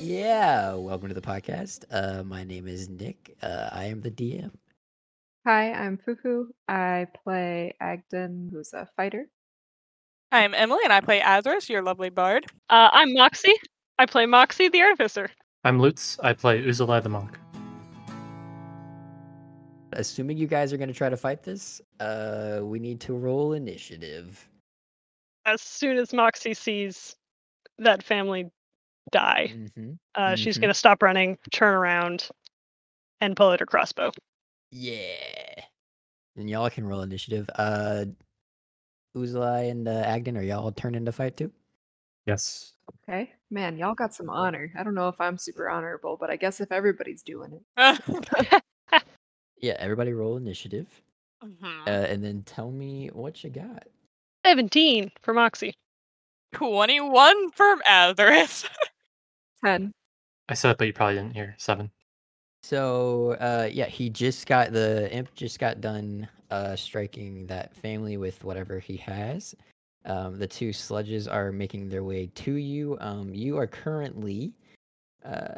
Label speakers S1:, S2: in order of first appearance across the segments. S1: Yeah, welcome to the podcast. Uh, my name is Nick. Uh, I am the DM.
S2: Hi, I'm Fufu. I play Agden, who's a fighter.
S3: I'm Emily, and I play Azrus, your lovely bard.
S4: Uh, I'm Moxie. I play Moxie the Artificer.
S5: I'm Lutz. I play Uzalai the Monk.
S1: Assuming you guys are going to try to fight this, uh, we need to roll initiative.
S4: As soon as Moxie sees that family die,
S1: hmm
S4: uh, she's
S1: Mhm.
S4: going to stop running, turn around, and pull out her crossbow.
S1: Yeah. And y'all can roll initiative. Uh, Uzalai and uh, Agden, are y'all turned to fight too?
S5: Yes.
S2: Okay. Man, y'all got some honor. I don't know if I'm super honorable, but I guess if everybody's doing it.
S1: Yeah, everybody roll initiative. Uh,
S3: Mhm.
S1: and then tell me what you got.
S4: 17 for Moxie.
S3: 21 from Azarus.
S2: 10.
S5: I said it, but you probably didn't hear. Seven.
S1: So uh yeah, he just got the imp just got done uh striking that family with whatever he has. Um the two sludges are making their way to you. Um you are currently uh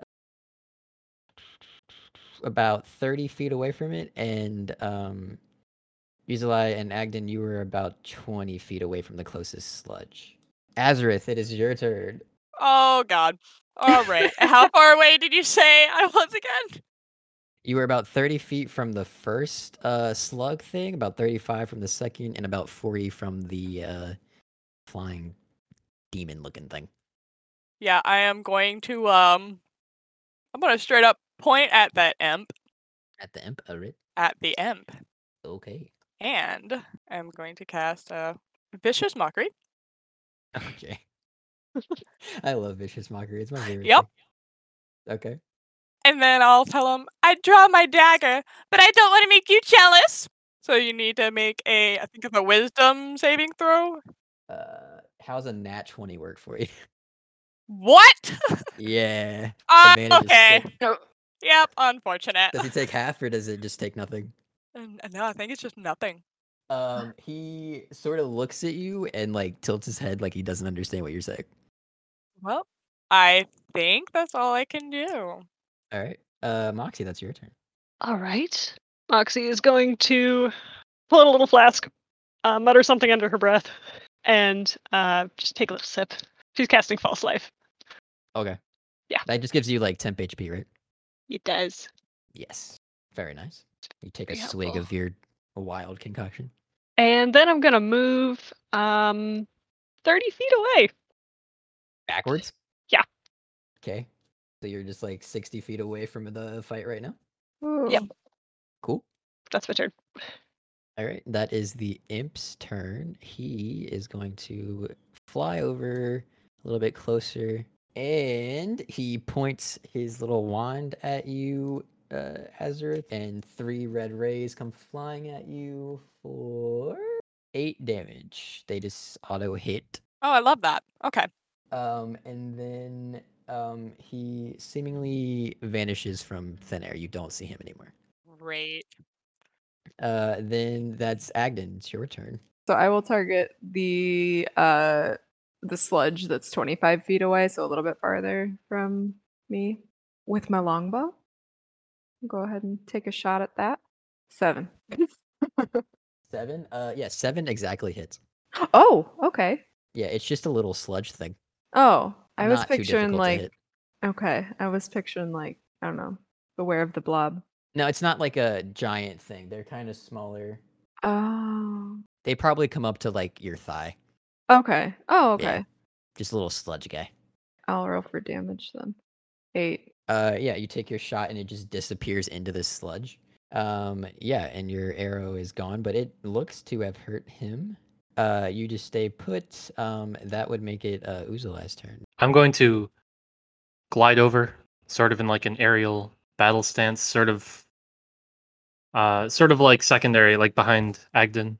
S1: about 30 feet away from it and um Uzalai and Agden you were about 20 feet away from the closest sludge. Azareth, it is your turn.
S3: Oh, God. All right. How far away did you say I was again?
S1: You were about 30 feet from the first uh, slug thing, about 35 from the second, and about 40 from the uh, flying demon looking thing.
S3: Yeah, I am going to, um, I'm going to straight up point at that imp,
S1: At the imp, alright.
S3: at the imp,
S1: Okay.
S3: and I'm going to cast uh, Vicious Mockery.
S1: Okay. I love Vicious Mockery. It's my favorite.
S3: Yep.
S1: thing. Okay.
S3: And then I'll tell him, I draw my dagger, but I don't want to make you jealous. So you need to make a, I think it's a wisdom saving throw.
S1: Uh, how's a nat 20 work for you?
S3: What?
S1: yeah.
S3: Ah,
S1: advantage is
S3: okay.
S1: sick.
S2: Oh,
S3: Yep, unfortunate.
S1: Does he take half or does it just take nothing?
S3: N- No, I think it's just nothing.
S1: Um, he sort of looks at you and like tilts his head like he doesn't understand what you're saying.
S3: Well, I think that's all I can do. Oh,
S1: All right. Uh, Moxie, that's your turn.
S4: All right. Moxie is going to pull out a little flask, uh, mutter something under her breath, and uh, just take a little sip. She's casting False Life.
S1: Okay.
S4: Yeah.
S1: That just gives you like temp HP, right?
S4: It does.
S1: Yes. Very nice. You take a
S4: Very
S1: swig
S4: helpful.
S1: of your wild concoction.
S4: And then I'm going to move um, 30 feet away.
S1: Backwards?
S4: Yeah.
S1: Okay. So you're just like 60 feet away from the fight right now?
S4: Yep.
S2: Ooh,
S1: Cool.
S4: That's my turn.
S1: All right. That is the imp's turn. He is going to fly over a little bit closer and he points his little wand at you, uh, Azurith, and three red rays come flying at you for eight damage. They just auto hit.
S3: Oh, I love that. Okay.
S1: Um, and then um, he seemingly vanishes from thin air. You don't see him anymore.
S3: Great.
S1: Uh, then that's Agden. It's your turn.
S2: So I will target the uh the sludge that's 25 feet away, so a little bit farther from me with my longbow. Go ahead and take a shot at that. 7.
S1: Seven. Uh, yeah, seven exactly hits.
S2: oh, okay.
S1: Yeah, it's just a little sludge thing.
S2: Oh, I was
S1: Not too
S2: picturing
S1: difficult to
S2: like
S1: hit.
S2: Okay, I was picturing like I don't know, beware of the blob.
S1: No, it's not like a giant thing. They're kind of smaller.
S2: Oh,
S1: They probably come up to like your thigh.
S2: okay. Oh, okay.
S1: Yeah. Just a little sludge guy.
S2: I'll roll for damage then. Eight.
S1: Uh, yeah, you take your shot and it just disappears into the sludge. Um, yeah, and your arrow is gone, but it looks to have hurt him. Uh, you just stay put. Um, that would make it uh, Uzalai's turn.
S5: I'm going to glide over, sort of in like an aerial battle stance, sort of, uh, sort of like secondary, like behind Agden.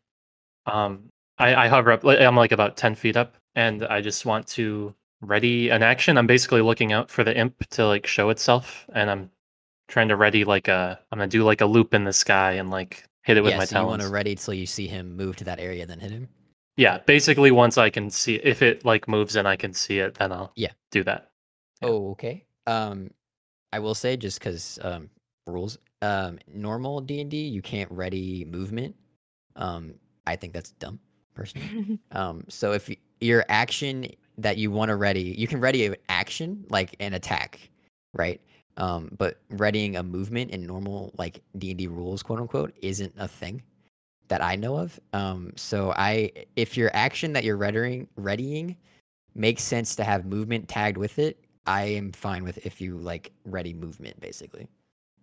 S5: Um, I, I hover up. like, I'm like about ten feet up, and I just want to ready an action. I'm basically looking out for the imp to like show itself, and I'm trying to ready like a. I'm gonna do like a loop in the sky and like hit it with
S1: yeah,
S5: my
S1: so you
S5: talons.
S1: want to ready till you see him move to that area, then hit him.
S5: Yeah, basically once I can see if it like moves and I can see it, then I'll
S1: Yeah.
S5: do that. Yeah.
S1: Oh, okay. Um, I will say just because um, rules. Um, normal D and D, you can't ready movement. Um, I think that's dumb, personally. Um, so if y- your action that you want to ready, you can ready an action like an attack, right? Um, but readying a movement in normal like D and D rules, quote unquote, isn't a thing that I know of. Um, so I, if your action that you're readying, readying makes sense to have movement tagged with it, I am fine with if you like ready movement basically.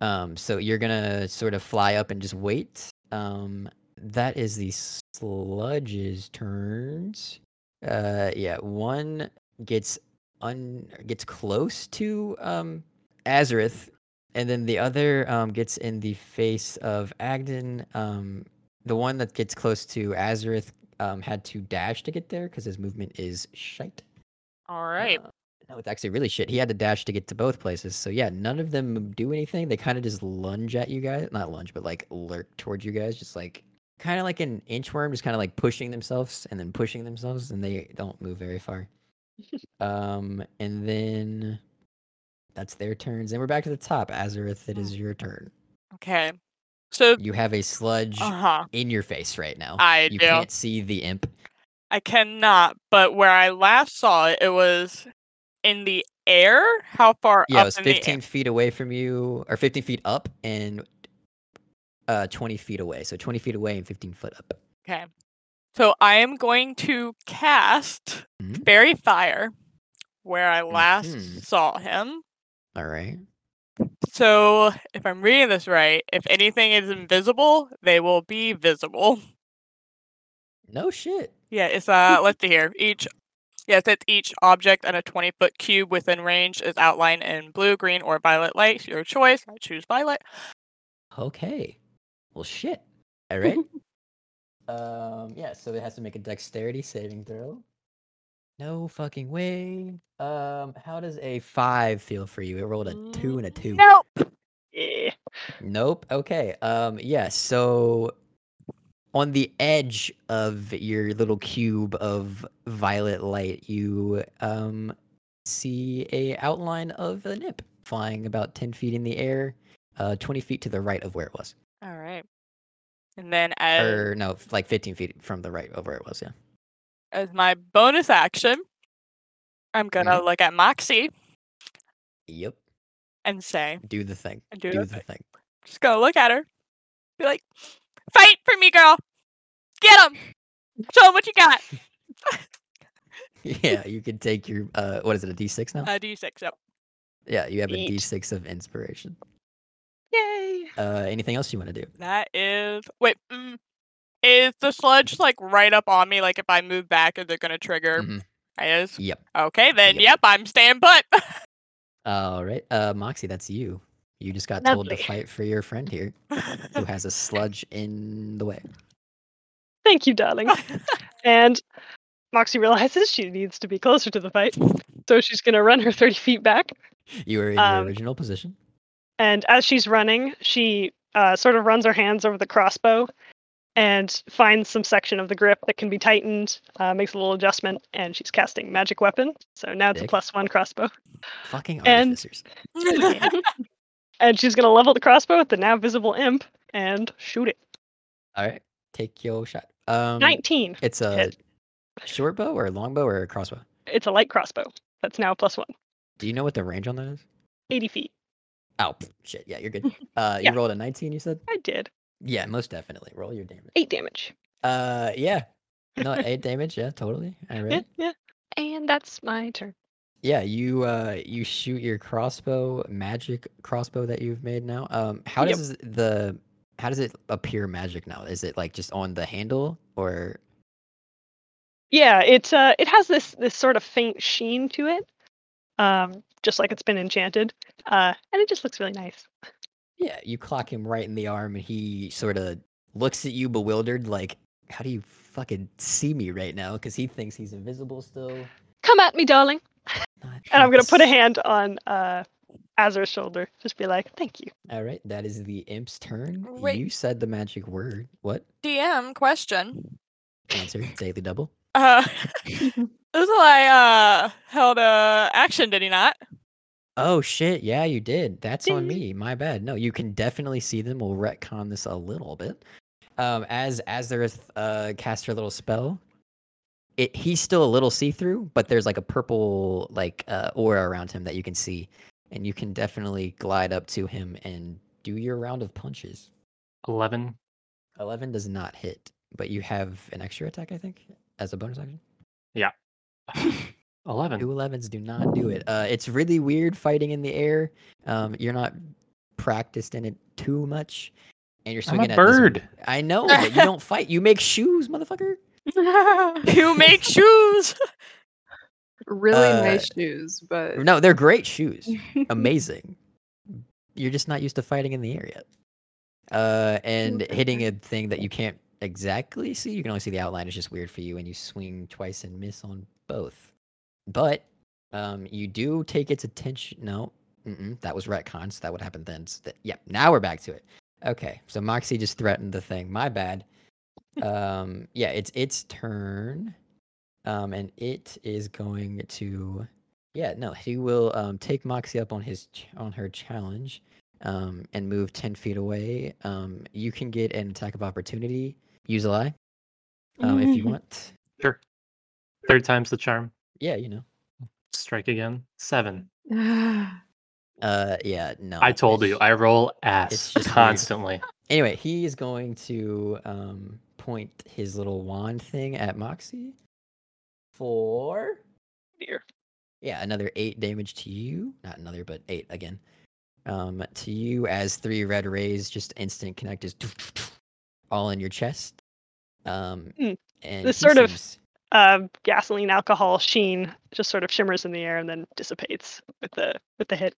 S1: Um, so you're gonna sort of fly up and just wait. Um, that is the sludge's turns. Uh, yeah, one gets un gets close to um Azareth, and then the other um gets in the face of Agden. Um, the one that gets close to Azareth um had to dash to get there because his movement is shite.
S3: All right.
S1: Uh, no, it's actually really shit. He had to dash to get to both places. So yeah, none of them do anything. They kind of just lunge at you guys. Not lunge, but like lurk towards you guys, just like kind of like an inchworm, just kind of like pushing themselves and then pushing themselves, and they don't move very far. um, and then that's their turns. And we're back to the top. Azareth, it is your turn.
S3: Okay. So,
S1: You have a sludge
S3: uh huh.
S1: in your face right now.
S3: I
S1: you
S3: do.
S1: can't see the imp.
S3: I cannot. But where I last saw it, it was in the air. How far
S1: Yeah,
S3: up
S1: it was
S3: in the air?
S1: 15 feet away from you, or 15 feet up and uh, 20 feet away. So 20 feet away and 15 foot up.
S3: Okay. So I am going to cast
S1: Mhm.
S3: Fairy Fire where I last
S1: Mhm.
S3: saw him.
S1: All right.
S3: So if I'm reading this right, if anything is invisible, they will be visible.
S1: No shit.
S3: Yeah, it's uh let's see here. Each yes, it's each object on a twenty foot cube within range is outlined in blue, green, or violet light. Your choice. I choose violet.
S1: Okay. Well, shit. All right. um. Yeah. So it has to make a dexterity saving throw. No fucking way. Um. How does a five feel for you? It rolled a
S3: Mm,
S1: two and a two.
S3: Nope.
S4: Eh.
S1: Nope. Okay. Um. Yeah. So on the edge of your little cube of violet light, you um see a outline of an imp flying about ten feet in the air, uh, twenty feet to the right of where it was.
S3: All right. And then as
S1: or no, f- like 15 feet from the right of where it was. Yeah.
S3: as my bonus action, I'm gonna look at Moxie
S1: Yep.
S3: and say,
S1: Do the thing.
S3: and do,
S1: Do,
S3: the
S1: the
S3: thing.
S1: thing.
S3: Just go look at her. Be like, fight for me, girl. Get him. Show him what you got.
S1: yeah, you can take your uh, what is it? A D6 now?
S3: Uh, D6. Yep.
S1: yeah, you have a
S4: Eight.
S1: D6 of inspiration.
S4: Yay!
S1: Uh, anything else you want to do?
S3: That is. Wait. Mm, is the sludge like right up on me? Like if I move back, is it gonna trigger?
S1: Mhm.
S3: It is.
S1: Yep.
S3: Okay, then.
S1: Yep.
S3: Yep. I'm staying put.
S1: All right, uh, Moxie, that's you. You just got told to
S4: Lovely.
S1: fight for your friend here, who has a sludge in the way.
S4: Thank you, darling. And Moxie realizes she needs to be closer to the fight, so she's gonna run her 30 feet back.
S1: You were in
S4: Um,
S1: your original position.
S4: And as she's running, she uh, sort of runs her hands over the crossbow and finds some section of the grip that can be tightened, uh, makes a little adjustment, and she's casting Magic Weapon. So now it's a
S1: Sick.
S4: plus one crossbow.
S1: Fucking
S4: and-
S1: artificers.
S4: and she's going to level the crossbow at the now visible imp and shoot it.
S1: All right, take your shot. Um,
S4: 19.
S1: It's a
S4: Hit.
S1: short bow or a long bow or a crossbow.
S4: It's a light crossbow. That's now plus one.
S1: Do you know what the range on that is?
S4: 80 feet.
S1: Oh pff, shit! Yeah, you're good. Uh,
S4: Yeah.
S1: you rolled a 19. You said.
S4: I did.
S1: Yeah, most definitely. Roll your damage.
S4: Eight damage.
S1: Uh, yeah. No, eight damage. Yeah, totally. All right.
S4: Yeah, yeah. And that's my turn.
S1: Yeah, you uh, you shoot your crossbow, magic crossbow that you've made now. Um, how
S4: Yep.
S1: does the how does it appear magic now? Is it like just on the handle or?
S4: Yeah, it uh, it has this this sort of faint sheen to it, um, just like it's been enchanted, uh, and it just looks really nice.
S1: Yeah, you clock him right in the arm, and he sort of looks at you bewildered, like, "How do you fucking see me right now?" Because he thinks he's invisible still.
S4: Come at me, darling.
S1: Not
S4: And I'm gonna put a
S1: us.
S4: hand on uh, Azra's shoulder, just be like, "Thank you."
S1: All right, that is the imp's turn.
S3: Wait.
S1: You said the magic word. What?
S3: DM question.
S1: Answer daily double.
S3: Uh, Uzalai uh held a action, did he not?
S1: Oh shit! Yeah, you did. That's on
S4: Ding.
S1: me. My bad. No, you can definitely see them. We'll retcon this a little bit. Um, as as they're uh, cast her little spell, it he's still a little see through, but there's like a purple like uh, aura around him that you can see, and you can definitely glide up to him and do your round of punches.
S5: Eleven.
S1: Eleven does not hit, but you have an extra attack, I think, as a bonus action. Two
S5: Eleven.
S1: 11s do not do it. Uh, it's really weird fighting in the air. Um, you're not practiced in it too much, and you're
S5: I'm
S1: swinging
S5: a
S1: at this-
S5: bird.
S1: I know, but you don't fight. You make shoes, motherfucker.
S3: you make shoes.
S2: Really
S1: Uh,
S2: nice shoes, but
S1: No, they're great shoes. Amazing. You're just not used to fighting in the air yet. Uh, and hitting a thing that you can't exactly see. You can only see the outline. It's just weird for you, and you swing twice and miss on both. But um, you do take its attention. No, mm-mm, that was retcon, so that would happen then. So that- yep, now we're back to it. Okay, so Moxie just threatened the thing. My bad. Um, yeah, it's its turn. Um, and it is going to yeah, no, he will um, take Moxie up on his ch- on her challenge, um, and move ten feet away. Um, you can get an attack of opportunity. Use a lie, um, if you want.
S5: Sure. Third time's the charm.
S1: Yeah, you know.
S5: Strike again. Seven.
S1: Uh, yeah, no.
S5: I told
S1: it's-
S5: you. I roll
S1: it's
S5: ass
S1: just weird.
S5: constantly.
S1: Anyway, he is going to um, point his little wand thing at Moxie for
S4: Dear.
S1: yeah another eight damage to you. Not another, but eight again. Um, to you as three red rays just instant connect is all in your chest. Um,
S4: Mm.
S1: and
S4: This
S1: he
S4: sort of-
S1: seems-
S4: Uh, gasoline alcohol sheen just sort of shimmers in the air and then dissipates with the with the hit.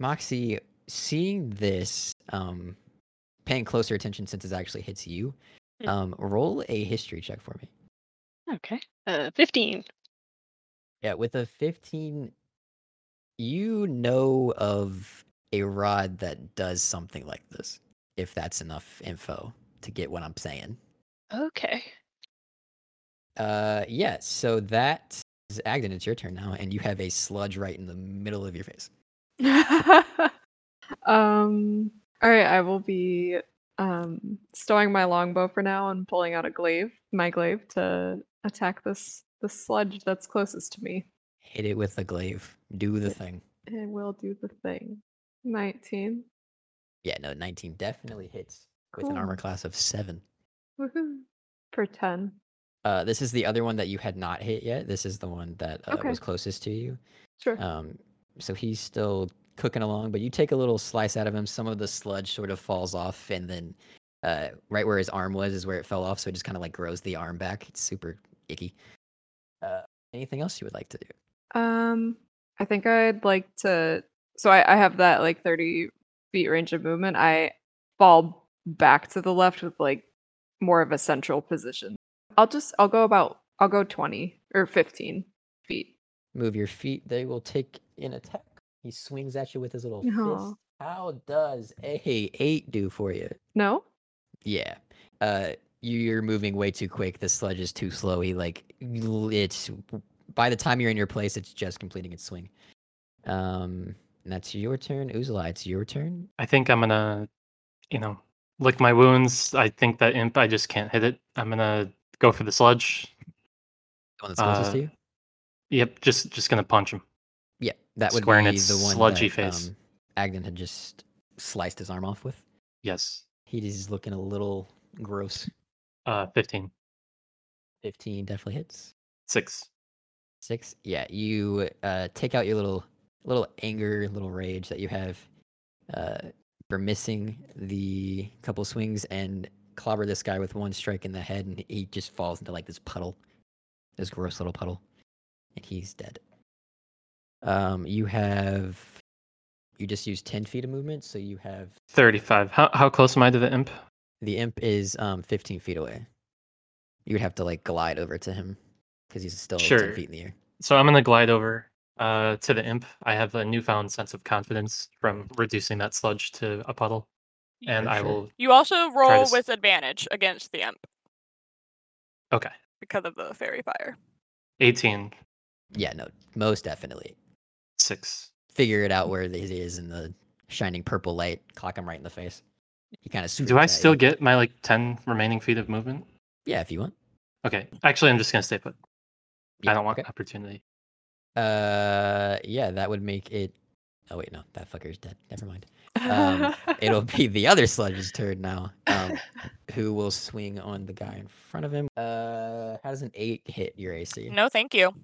S1: Moxie, seeing this, um, paying closer attention since it actually hits you,
S4: Mm.
S1: um, roll a history check for me.
S4: Okay. Uh, Fifteen.
S1: Yeah, with a 15, you know of a rod that does something like this, if that's enough info to get what I'm saying.
S4: Okay.
S1: Uh, yeah, so that is Agden, it's your turn now, and you have a sludge right in the middle of your face.
S2: um all right, I will be um stowing my longbow for now and pulling out a glaive, my glaive to attack this this sludge that's closest to me.
S1: Hit it with a glaive. Do the thing.
S2: It will do the thing. 19.
S1: Yeah, no, 19 definitely hits with an
S2: Cool.
S1: armor class of 7.
S2: Woohoo. For 10.
S1: Uh, this is the other one that you had not hit yet. This is the one that uh,
S2: Okay.
S1: was closest to you.
S2: Sure.
S1: Um, so he's still cooking along, but you take a little slice out of him. Some of the sludge sort of falls off, and then uh, right where his arm was is where it fell off. So it just kind of like grows the arm back. It's super icky. Uh, anything else you would like to do?
S2: Um, I think I'd like to. So I, I have that like thirty feet range of movement. I fall back to the left with like more of a central position. I'll just I'll go about I'll go twenty or fifteen feet.
S1: Move your feet. They will take an attack. He swings at you with his little
S2: Aw.
S1: fist. How does a eight do for you?
S2: No.
S1: Yeah. Uh you're moving way too quick. The sledge is too slow. He like l- it's by the time you're in your place, it's just completing its swing. Um and that's your turn, Uzula. It's your turn.
S5: I think I'm gonna, you know, lick my wounds. I think that imp. I just can't hit it. I'm gonna go for the sludge.
S1: The one that's closest to
S5: Uh,
S1: you.
S5: Yep. Just just gonna punch him.
S1: Yeah, that would
S5: square in
S1: be
S5: its
S1: the one
S5: sludgy
S1: that,
S5: face.
S1: Um, Agden had just sliced his arm off with.
S5: Yes.
S1: He is looking a little gross.
S5: Uh, 15.
S1: Fifteen definitely hits.
S5: Six.
S1: Six. Yeah, you uh, take out your little little anger, little rage that you have uh, for missing the couple swings and clobber this guy with one strike in the head, and he just falls into like this puddle, this gross little puddle, and he's dead. Um, you have you just used ten feet of movement, so you have
S5: 35. How how close am I to the imp?
S1: the imp is um fifteen feet away. You would have to like glide over to him because he's still ten
S5: Sure.
S1: feet in the air.
S5: So I'm gonna glide over uh to the imp. I have a newfound sense of confidence from reducing that sludge to a puddle, and
S1: Yeah,
S5: I
S1: sure.
S5: will.
S3: You also
S5: to
S3: roll
S5: s-
S3: with advantage against the imp
S5: Okay.
S3: because of the fairy fire.
S5: 18.
S1: Yeah, no, most definitely.
S5: Six.
S1: figure it out where it is in the shining purple light. Clock him right in the face. He kind of.
S5: Do I still get my like ten remaining feet of movement?
S1: Yeah, if you want.
S5: Okay. Actually, I'm just gonna stay put.
S1: Yeah,
S5: I don't want
S1: okay.
S5: opportunity.
S1: Uh, yeah, that would make it. Oh wait, no, that fucker's dead. Never mind. Um, It'll be the other sludge's turn now. Um, who will swing on the guy in front of him? Uh, how does an eight hit your AC?
S3: No, thank you.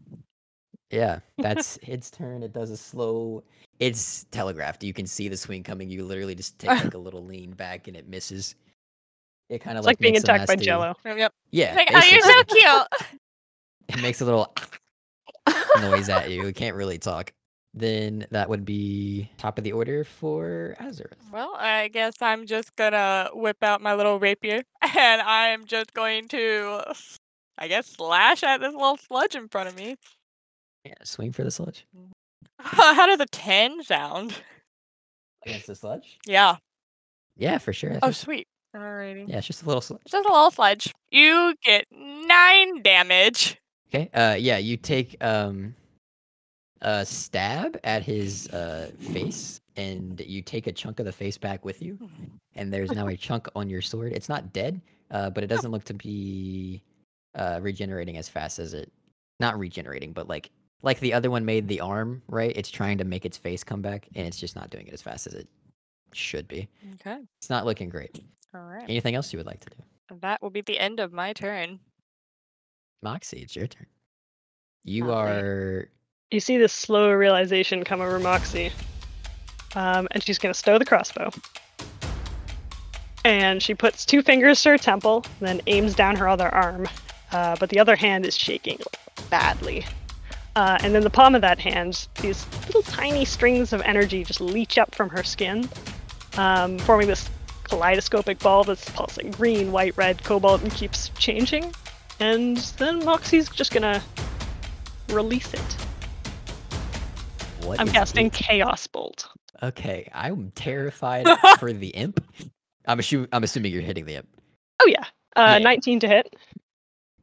S1: Yeah, that's its turn. It does a slow. It's telegraphed. You can see the swing coming. You literally just take like a little lean back and it misses. It kind of
S4: It's
S1: like,
S4: like being
S1: makes a
S4: attacked by
S1: nasty-
S4: Jello.
S3: Yep, Yep.
S1: Yeah,
S3: Like, oh, you're so
S1: basically.
S3: cute.
S1: it makes a little noise at you. It can't really talk. Then that would be top of the order for Azareth.
S3: Well, I guess I'm just gonna whip out my little rapier and I'm just going to, I guess, slash at this little sludge in front of me.
S1: Yeah, swing for the sludge.
S3: How does a 10 sound?
S1: Against the sludge?
S3: Yeah.
S1: Yeah, for sure. I
S3: Oh,
S1: think.
S3: sweet. Alrighty.
S1: yeah, it's just a little sludge.
S3: Just a little sludge. You get nine damage.
S1: Okay. Uh, yeah, you take um a stab at his uh face, and you take a chunk of the face back with you. And there's now a chunk on your sword. It's not dead, uh, but it doesn't look to be uh regenerating as fast as it. Not regenerating, but like like the other one made the arm right. It's trying to make its face come back, and it's just not doing it as fast as it should be.
S3: Okay.
S1: It's not looking great.
S3: Alright.
S1: Anything else you would like to do,
S3: That will be the end of my turn.
S1: Moxie? It's your turn. You
S3: Not me.
S1: are
S4: You see this slow realization come over Moxie. Um, and she's going to stow the crossbow. And she puts two fingers to her temple, then aims down her other arm. Uh, but the other hand is shaking badly. Uh, and then the palm of that hand, these little tiny strings of energy just leach up from her skin, um, forming this kaleidoscopic ball that's pulsing green, white, red, cobalt, and keeps changing. And then Moxie's just going to release it.
S1: what?
S4: I'm
S1: is
S4: casting
S1: it?
S4: Chaos Bolt.
S1: Okay, I'm terrified for the imp. I'm assuming I'm assuming you're hitting the imp.
S4: Oh yeah, uh,
S1: Yeah.
S4: 19 to hit.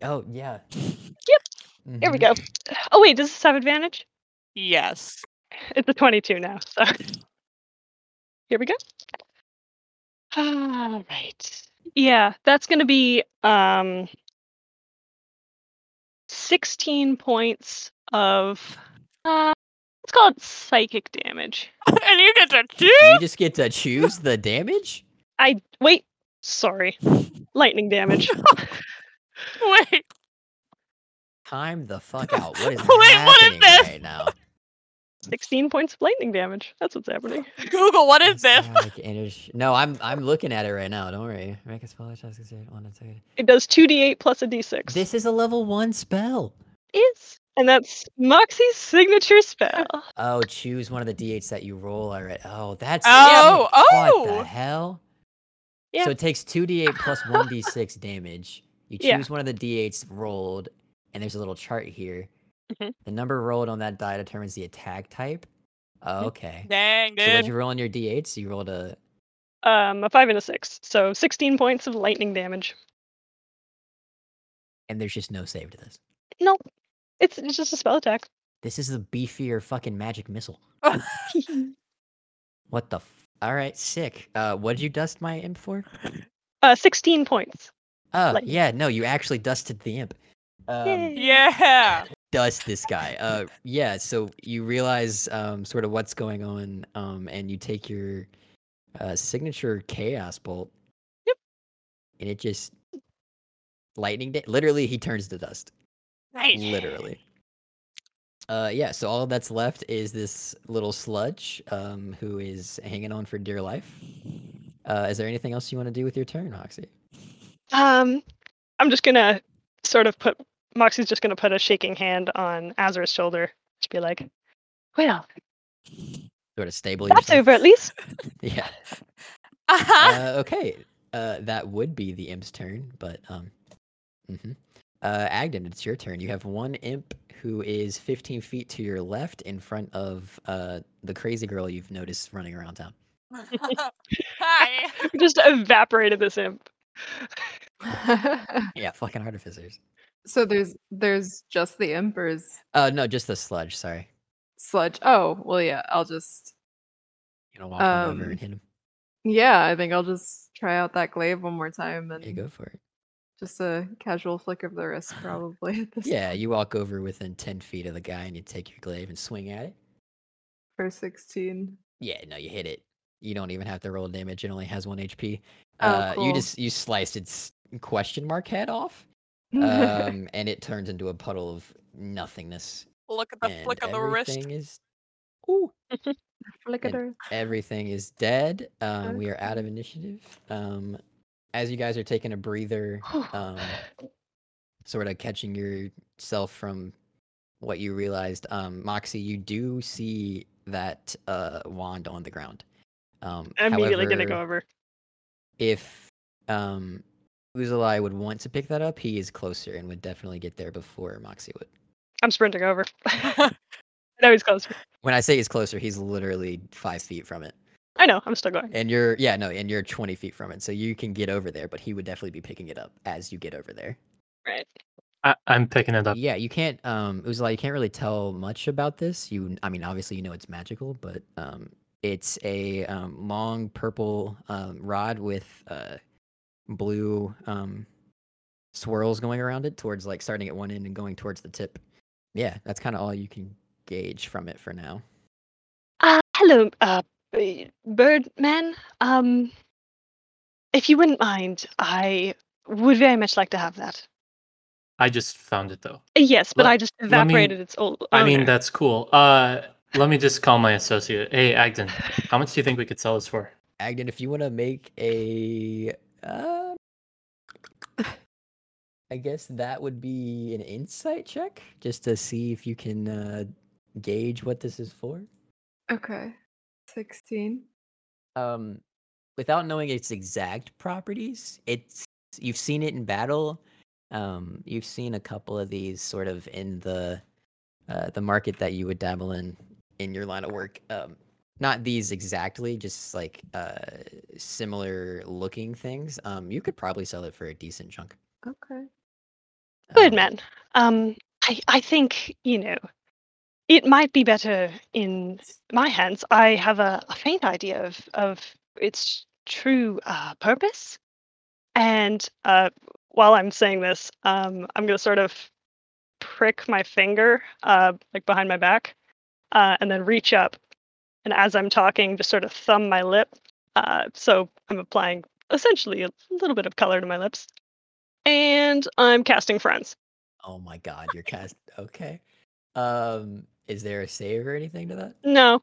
S1: Oh yeah. Mm-hmm. Yep.
S4: There we go. Oh wait, does this have advantage?
S3: Yes.
S4: It's a 22 now. So here we go. All right. Yeah, that's going to be um, 16 points of. Uh, let's call it psychic damage.
S3: and you get to
S1: Do
S3: choose.
S1: you just get to choose the damage?
S4: I wait. Sorry, lightning damage.
S3: Wait.
S1: Time the fuck out. What is
S3: Wait, what is
S1: happening
S3: this?
S1: right now?
S4: 16 points of lightning damage. That's what's happening.
S3: Google, what is this?
S1: Psionic energy- No, I'm I'm looking at it right now. Don't worry. Make a spell check. succeed on attack.
S4: It does 2d8 plus a d6.
S1: This is a level one spell.
S4: is. And that's Moxie's signature spell.
S1: Oh, choose one of the d8s that you roll already. Oh, that's
S3: Oh,
S1: what
S3: oh.
S1: the hell?
S4: Yeah.
S1: So it takes two d8 plus one d6 damage. You choose
S4: Yeah.
S1: one of the d8s rolled, and there's a little chart here.
S3: Mm-hmm.
S4: Mhm.
S1: The number rolled on that die determines the attack type. Oh,
S3: Mm-hmm.
S1: okay.
S3: Dang,
S1: So what'd
S3: dude.
S1: you roll on your d8s? You rolled a
S4: Um, a five and a six, so sixteen points of lightning damage.
S1: and there's just no save to this.
S4: Nope, it's, it's just a spell attack.
S1: This is a beefier fucking magic missile.
S4: Mm-hmm.
S1: What the f- Alright, sick. Uh what'd you dust my imp for?
S4: uh, sixteen points.
S1: Oh
S4: Like-
S1: yeah, no, you actually dusted the imp. Um,
S4: Yay.
S3: Yeah.
S1: dust this guy. Uh, yeah. So you realize um, sort of what's going on, um, and you take your uh, signature chaos bolt.
S4: Yep.
S1: And it just lightning. Da- literally, he turns to dust.
S3: Nice.
S1: Literally. Uh, yeah. So all that's left is this little sludge, um, who is hanging on for dear life. Uh, is there anything else you want to do with your turn, Oxy?
S4: Um, I'm just gonna sort of put Moxie's just gonna put a shaking hand on Azra's shoulder, just be like, "Well,
S1: Sort of stable.
S4: that's
S1: yourself?
S4: over at least."
S1: Yeah.
S3: Uh-huh.
S1: uh, okay. Uh, that would be the imp's turn, but um, mhm. uh, Agden, it's your turn. You have one imp who is 15 feet to your left in front of uh, the crazy girl you've noticed running around town. Uh,
S3: Hi.
S4: We just evaporated this imp.
S1: Yeah, fucking artificers.
S2: so there's there's just the imp, or is
S1: Uh, no, just the sludge. Sorry.
S2: sludge. Oh, well, yeah, I'll just.
S1: You know, walk on over
S2: Um,
S1: and hit him.
S2: Yeah, I think I'll just try out that glaive one more time and
S1: You go for it.
S2: just a casual flick of the wrist, probably. at this
S1: Yeah,
S2: point,
S1: you walk over within ten feet of the guy and you take your glaive and swing at it.
S2: for 16.
S1: Yeah, no, you hit it. You don't even have to roll damage. It only has one HP.
S2: Oh,
S1: uh, You
S2: cool.
S1: just you sliced its question mark head off, um, and it turns into a puddle of nothingness.
S3: Look at the
S1: and
S3: flick of the wrist.
S1: everything is, ooh,
S2: flick
S1: and-
S2: at her.
S1: everything is dead. Um, we are out of
S2: Okay.
S1: initiative. Um, as you guys are taking a breather, um, sort of catching yourself from what you realized. Um, Moxie, you do see that uh, wand on the ground. Um,
S4: I'm immediately gonna
S1: however,
S4: go over.
S1: If um, Uzalai would want to pick that up, he is closer and would definitely get there before Moxie would.
S4: I'm sprinting over. I know he's closer.
S1: When I say he's closer, he's literally five feet from it,
S4: I know. I'm still going.
S1: and you're yeah no, and you're twenty feet from it, so you can get over there. But he would definitely be picking it up as you get over there.
S4: Right.
S5: I, I'm picking it up.
S1: Yeah, you can't. Um, it was like you can't really tell much about this. You, I mean, obviously you know it's magical, but um, it's a um, long purple um, rod with uh, blue um, swirls going around it towards like starting at one end and going towards the tip. Yeah, that's kind of all you can gauge from it for now.
S4: Uh, hello, uh, b- Birdman. Um, if you wouldn't mind, I would very much like to have that.
S5: I just found it though.
S4: Uh, Yes, but
S5: Let-
S4: I just
S5: me-
S4: evaporated its old.
S5: I mean,
S4: owner.
S5: that's cool. Uh, let me just call my associate. Hey, Agden, how much do you think we could sell this for?
S1: Agden, if you want to make a, uh, I guess that would be an insight check just to see if you can uh, gauge what this is for.
S2: Okay. 16.
S1: um without knowing its exact properties it's you've seen it in battle um you've seen a couple of these sort of in the uh the market that you would dabble in in your line of work um not these exactly just like uh similar looking things um you could probably sell it for a decent chunk
S2: Okay.
S1: um,
S4: Birdman. Um, I I think you know, it might be better in my hands. I have a, a faint idea of of its true uh, purpose, and uh, while I'm saying this, um, I'm gonna sort of prick my finger uh, like behind my back, uh, and then reach up, and as I'm talking, just sort of thumb my lip. Uh, so I'm applying essentially a little bit of color to my lips, and I'm casting friends.
S1: oh my god your cast okay um is there a save or anything to that
S4: No.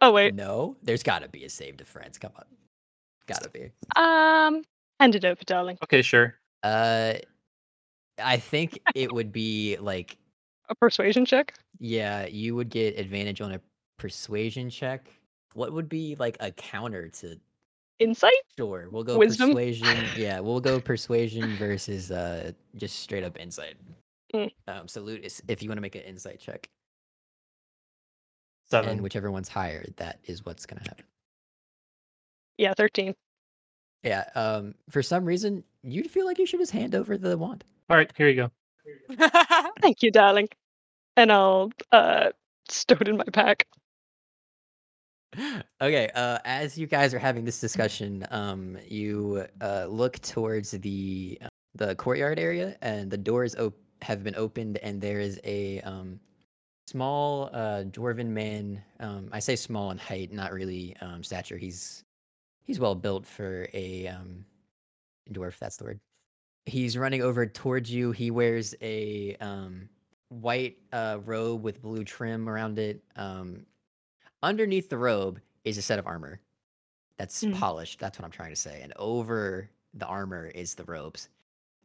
S4: Oh wait.
S1: no there's gotta be a save to friends come on gotta be
S4: Um, hand it over, darling.
S5: Okay, sure.
S1: Uh, I think it would be like
S4: A persuasion check.
S1: yeah, you would get advantage on a persuasion check. What would be like a counter to
S4: Insight.
S1: sure? We'll go
S4: Wisdom?
S1: persuasion. Yeah, we'll go persuasion versus uh just straight up insight.
S4: Mm.
S1: Um, salute is if you want to make an insight check,
S5: Seven.
S1: and whichever one's higher, that is what's gonna happen.
S4: Yeah, thirteen.
S1: Yeah. Um, for some reason, you feel like you should just hand over the wand.
S5: All right, here you go.
S4: Thank you, darling. And I'll uh stow it in my pack.
S1: okay uh as you guys are having this discussion um you uh look towards the uh, the courtyard area and the doors op- have been opened and there is a um small uh dwarven man um i say small in height not really um stature he's he's well built for a um dwarf that's the word he's running over towards you he wears a um white uh robe with blue trim around it um underneath the robe is a set of armor that's
S4: Mm.
S1: polished that's what i'm trying to say and over the armor is the robes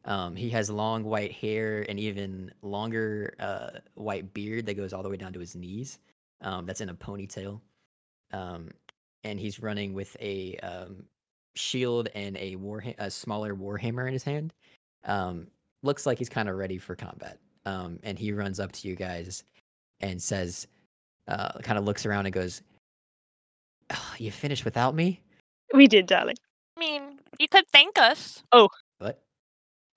S1: um, he has long white hair and even longer uh, white beard that goes all the way down to his knees um, that's in a ponytail um, and he's running with a um, shield and a war a smaller warhammer in his hand um, looks like he's kind of ready for combat um, and he runs up to you guys and says uh, kind of looks around and goes, "Ugh, "You finished without me?"
S4: We did, darling.
S3: I mean, you could thank us.
S1: What?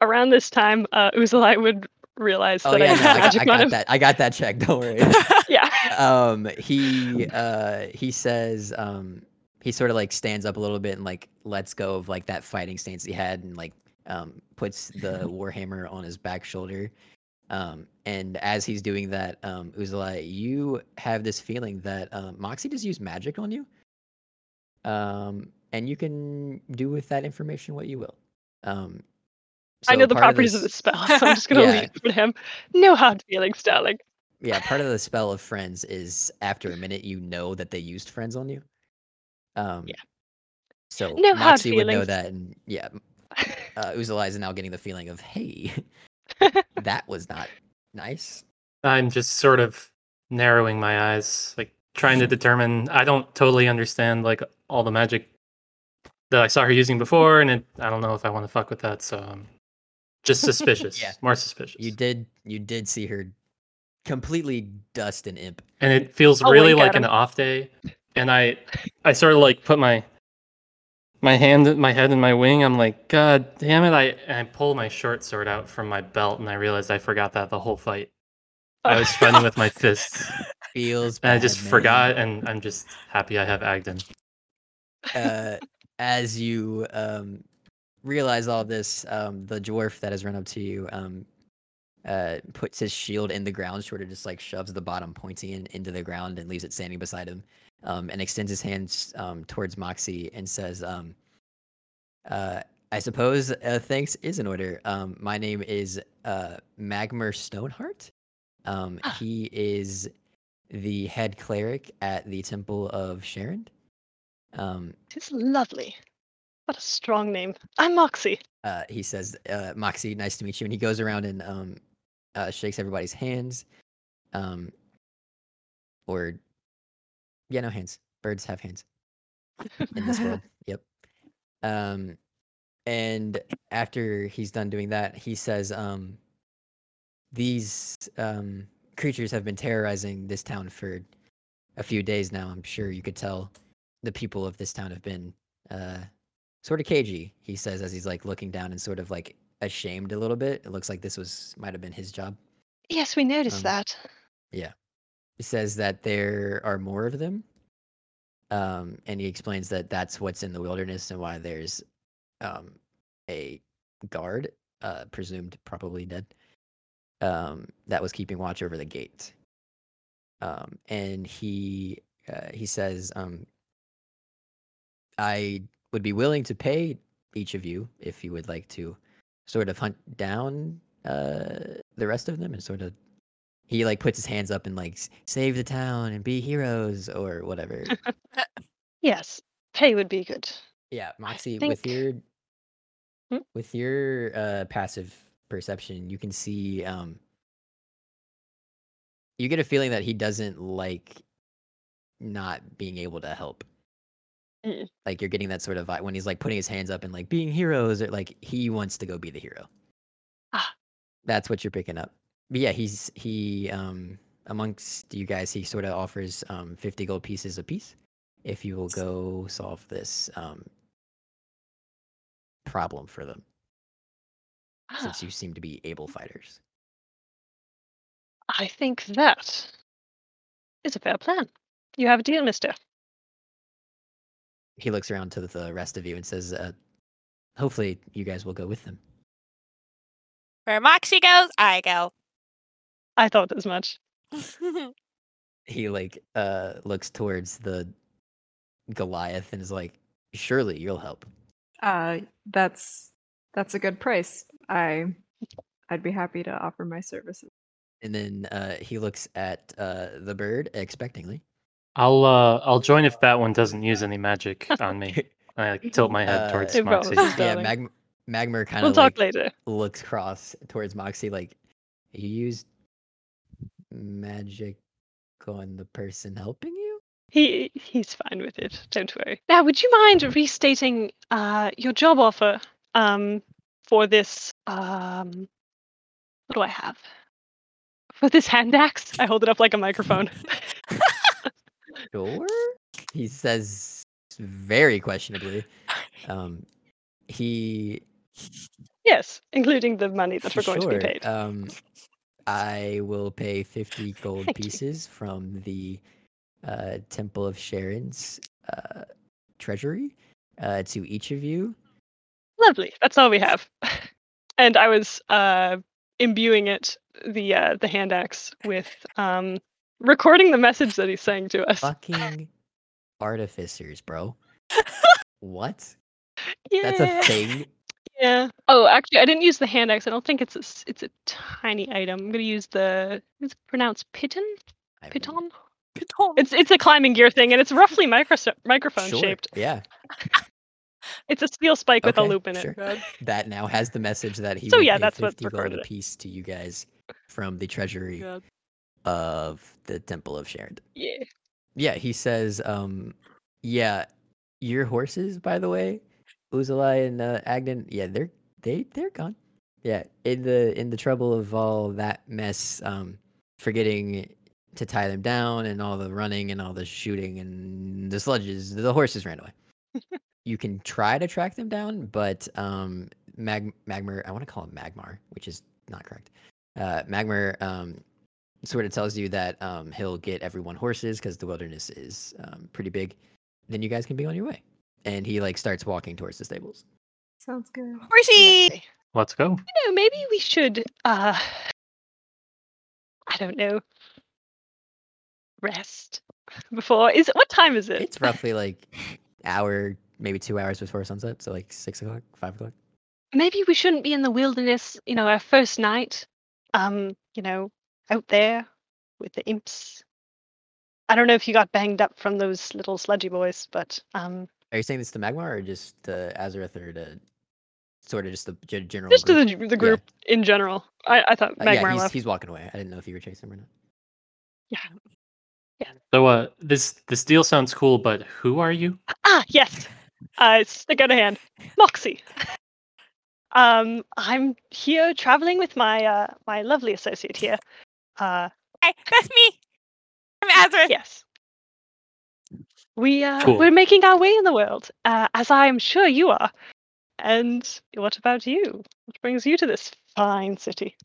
S4: Around this time, uh Uzalai would realize that I
S1: oh no,
S4: used
S1: I, got,
S4: magic
S1: I
S4: on
S1: got
S4: him.
S1: that. I got that check. Don't worry.
S4: Yeah.
S1: um he uh he says um he sort of like stands up a little bit and like lets go of like that fighting stance he had and like um puts the warhammer on his back shoulder um and as he's doing that um uzula you have this feeling that um moxie just used magic on you um and you can do with that information what you will um
S4: I
S1: so
S4: know the
S1: part
S4: properties of,
S1: this-
S4: the spell, so I'm just going to
S1: Yeah.
S4: leave it with him. No hard feelings, darling.
S1: yeah, part of the spell of friends is after a minute you know that they used friends on you. Um,
S4: Yeah.
S1: So
S4: No hard
S1: Moxie would know
S4: feelings.
S1: that, and yeah, uh, Uzalai is now getting the feeling of, hey, that was not nice.
S5: I'm just sort of narrowing my eyes, like trying to determine. I don't totally understand like all the magic that I saw her using before, and it, I don't know if I want to fuck with that. So I'm just suspicious,
S1: Yeah.
S5: more suspicious.
S1: You did, you did see her completely dust an imp.
S5: and it
S1: Oh,
S5: feels
S4: I'll
S5: really
S4: wink at
S5: like an
S4: him.
S5: off day. And I, I sort of like put my my hand, my head, in my wing. I'm like, God damn it! I and I pull my short sword out from my belt, and I realized I forgot that the whole fight. I was fighting with my fists.
S1: Feels
S5: And I
S1: bad,
S5: just
S1: man.
S5: forgot, and I'm just happy I have Agden.
S1: uh, as you um, realize all this, um, the dwarf that has run up to you um, uh, puts his shield in the ground, sort of just like shoves the bottom pointy in, into the ground and leaves it standing beside him, um, and extends his hands um, towards Moxie and says, um, uh, "I suppose uh, thanks is in order. Um, my name is uh, Magmer Stoneheart. Um,
S4: Ah.
S1: He is." The head cleric at the Temple of Sharon. Um,
S4: It's lovely. What a strong name. I'm Moxie.
S1: uh, he says, uh, "Moxie, nice to meet you." And he goes around and um, uh, shakes everybody's hands, um, or yeah, no hands. Birds have hands in this world. Yep. Um, and after he's done doing that, he says, um, "These um, creatures have been terrorizing this town for a few days now. I'm sure you could tell the people of this town have been uh, sort of cagey." He says as he's like looking down and sort of like ashamed a little bit. It looks like this was might have been his job.
S4: Yes, we noticed
S1: Um,
S4: that.
S1: He says that there are more of them. Um, and he explains that that's what's in the wilderness and why there's um, a guard, uh, presumed probably dead, um, that was keeping watch over the gate. Um, and he uh, he says, um, "I would be willing to pay each of you if you would like to sort of hunt down uh, the rest of them and sort of he like puts his hands up and like s- save the town and be heroes or whatever.
S4: Yes, pay would be good.
S1: yeah, Moxie, with
S4: think-
S1: your
S4: Hmm?
S1: with your uh, passive perception, you can see um you get a feeling that he doesn't like not being able to help.
S4: Mm.
S1: Like you're getting that sort of vibe when he's like putting his hands up and like being heroes or like he wants to go be the hero.
S4: Ah.
S1: That's what you're picking up. But yeah, he's he um amongst you guys he sort of offers um 50 gold pieces a piece if you will go solve this um problem for them
S4: Ah,
S1: since you seem to be able fighters.
S4: I think that is a fair plan. You have a deal, mister.
S1: He looks around to the rest of you and says, uh, "Hopefully, you guys will go with them."
S3: Where Moxie goes, I go.
S4: I thought as much.
S1: He like uh looks towards the Goliath and is like, "Surely you'll help."
S2: Uh, that's that's a good price. I I'd be happy to offer my services.
S1: And then uh, he looks at uh, the bird expectingly.
S5: I'll uh, I'll join if that one doesn't use any magic on me. I like, tilt my head
S1: Uh,
S5: towards
S4: It
S5: Moxie.
S4: rolls.
S1: yeah,
S4: darling.
S1: Mag- Magmer kind
S4: We'll
S1: of
S4: talk
S1: like,
S4: later.
S1: looks cross towards Moxie, like, "You used magic on the person helping you."
S4: He he's fine with it. Don't worry. Now, would you
S1: Mm-hmm.
S4: mind restating uh, your job offer um, for this? Um, what do I have for this hand axe? I hold it up like a microphone.
S1: sure? He says very questionably. Um, he
S4: yes, including the money that
S1: for
S4: we're going to be
S1: sure,
S4: paid.
S1: Um, I will pay 50 gold pieces from the uh, Temple of Sharon's uh, treasury uh, to each of you.
S4: Lovely. That's all we have. And I was uh, imbuing it, the uh, the hand axe, with um, recording the message that he's saying to us.
S1: Fucking artificers, bro. what?
S4: yeah.
S1: That's a thing.
S4: Yeah. Oh, actually, I didn't use the hand axe. I don't think it's a, s- it's a tiny item. I'm gonna use the. It's pronounced piton.
S1: I mean, oh.
S4: Piton.
S3: Piton.
S4: It's it's a climbing gear thing, and it's roughly micro- microphone
S1: sure,
S4: shaped.
S1: Yeah.
S4: It's a steel spike with a
S1: Okay,
S4: loop in it.
S1: sure.
S3: God.
S1: That now has the message that he
S4: So
S1: will
S4: yeah,
S1: pay
S4: that's what
S1: 50 gold
S4: recorded it.
S1: apiece to you guys from the treasury
S3: God.
S1: of the Temple of Sharon.
S4: Yeah.
S1: Yeah, he says, um, yeah, your horses, by the way, Uzalai and uh, Agnan, yeah, they're they they're gone. Yeah, in the in the trouble of all that mess, um, forgetting to tie them down and all the running and all the shooting and the sludges, the horses ran away. you can try to track them down, but um, Mag Magmar, I want to call him Magmar, which is not correct. Uh, Magmar um, sort of tells you that um, he'll get everyone horses because the wilderness is um, pretty big. Then you guys can be on your way. And he like starts walking towards the stables.
S2: Sounds good.
S3: Horsey!
S4: Lovely.
S5: Let's go.
S4: know, maybe we should uh I don't know. Rest before is it what time is it?
S1: It's roughly like hour, maybe two hours before sunset, so like six o'clock, five o'clock.
S4: Maybe we shouldn't be in the wilderness, you know, our first night. Um, you know, out there with the imps. I don't know if you got banged up from those little sludgy boys, but um
S1: Are you saying this to Magmar or just to Azareth or to sort of just the ge- general?
S4: just to
S1: group?
S4: the, the group in general. I, I thought
S1: Uh,
S4: Magmar
S1: yeah, he's,
S4: left.
S1: he's walking away. I didn't know if you were chasing him or not.
S5: So uh this this deal sounds cool, but who are you?
S4: Ah, yes. Uh, stick out a hand. Moxie. Um, I'm here traveling with my uh, my lovely associate here. Uh,
S3: Hey, that's me. I'm Azra.
S4: yes. We uh,
S5: Cool.
S4: we're making our way in the world, uh, as I am sure you are. And what about you? What brings you to this fine city?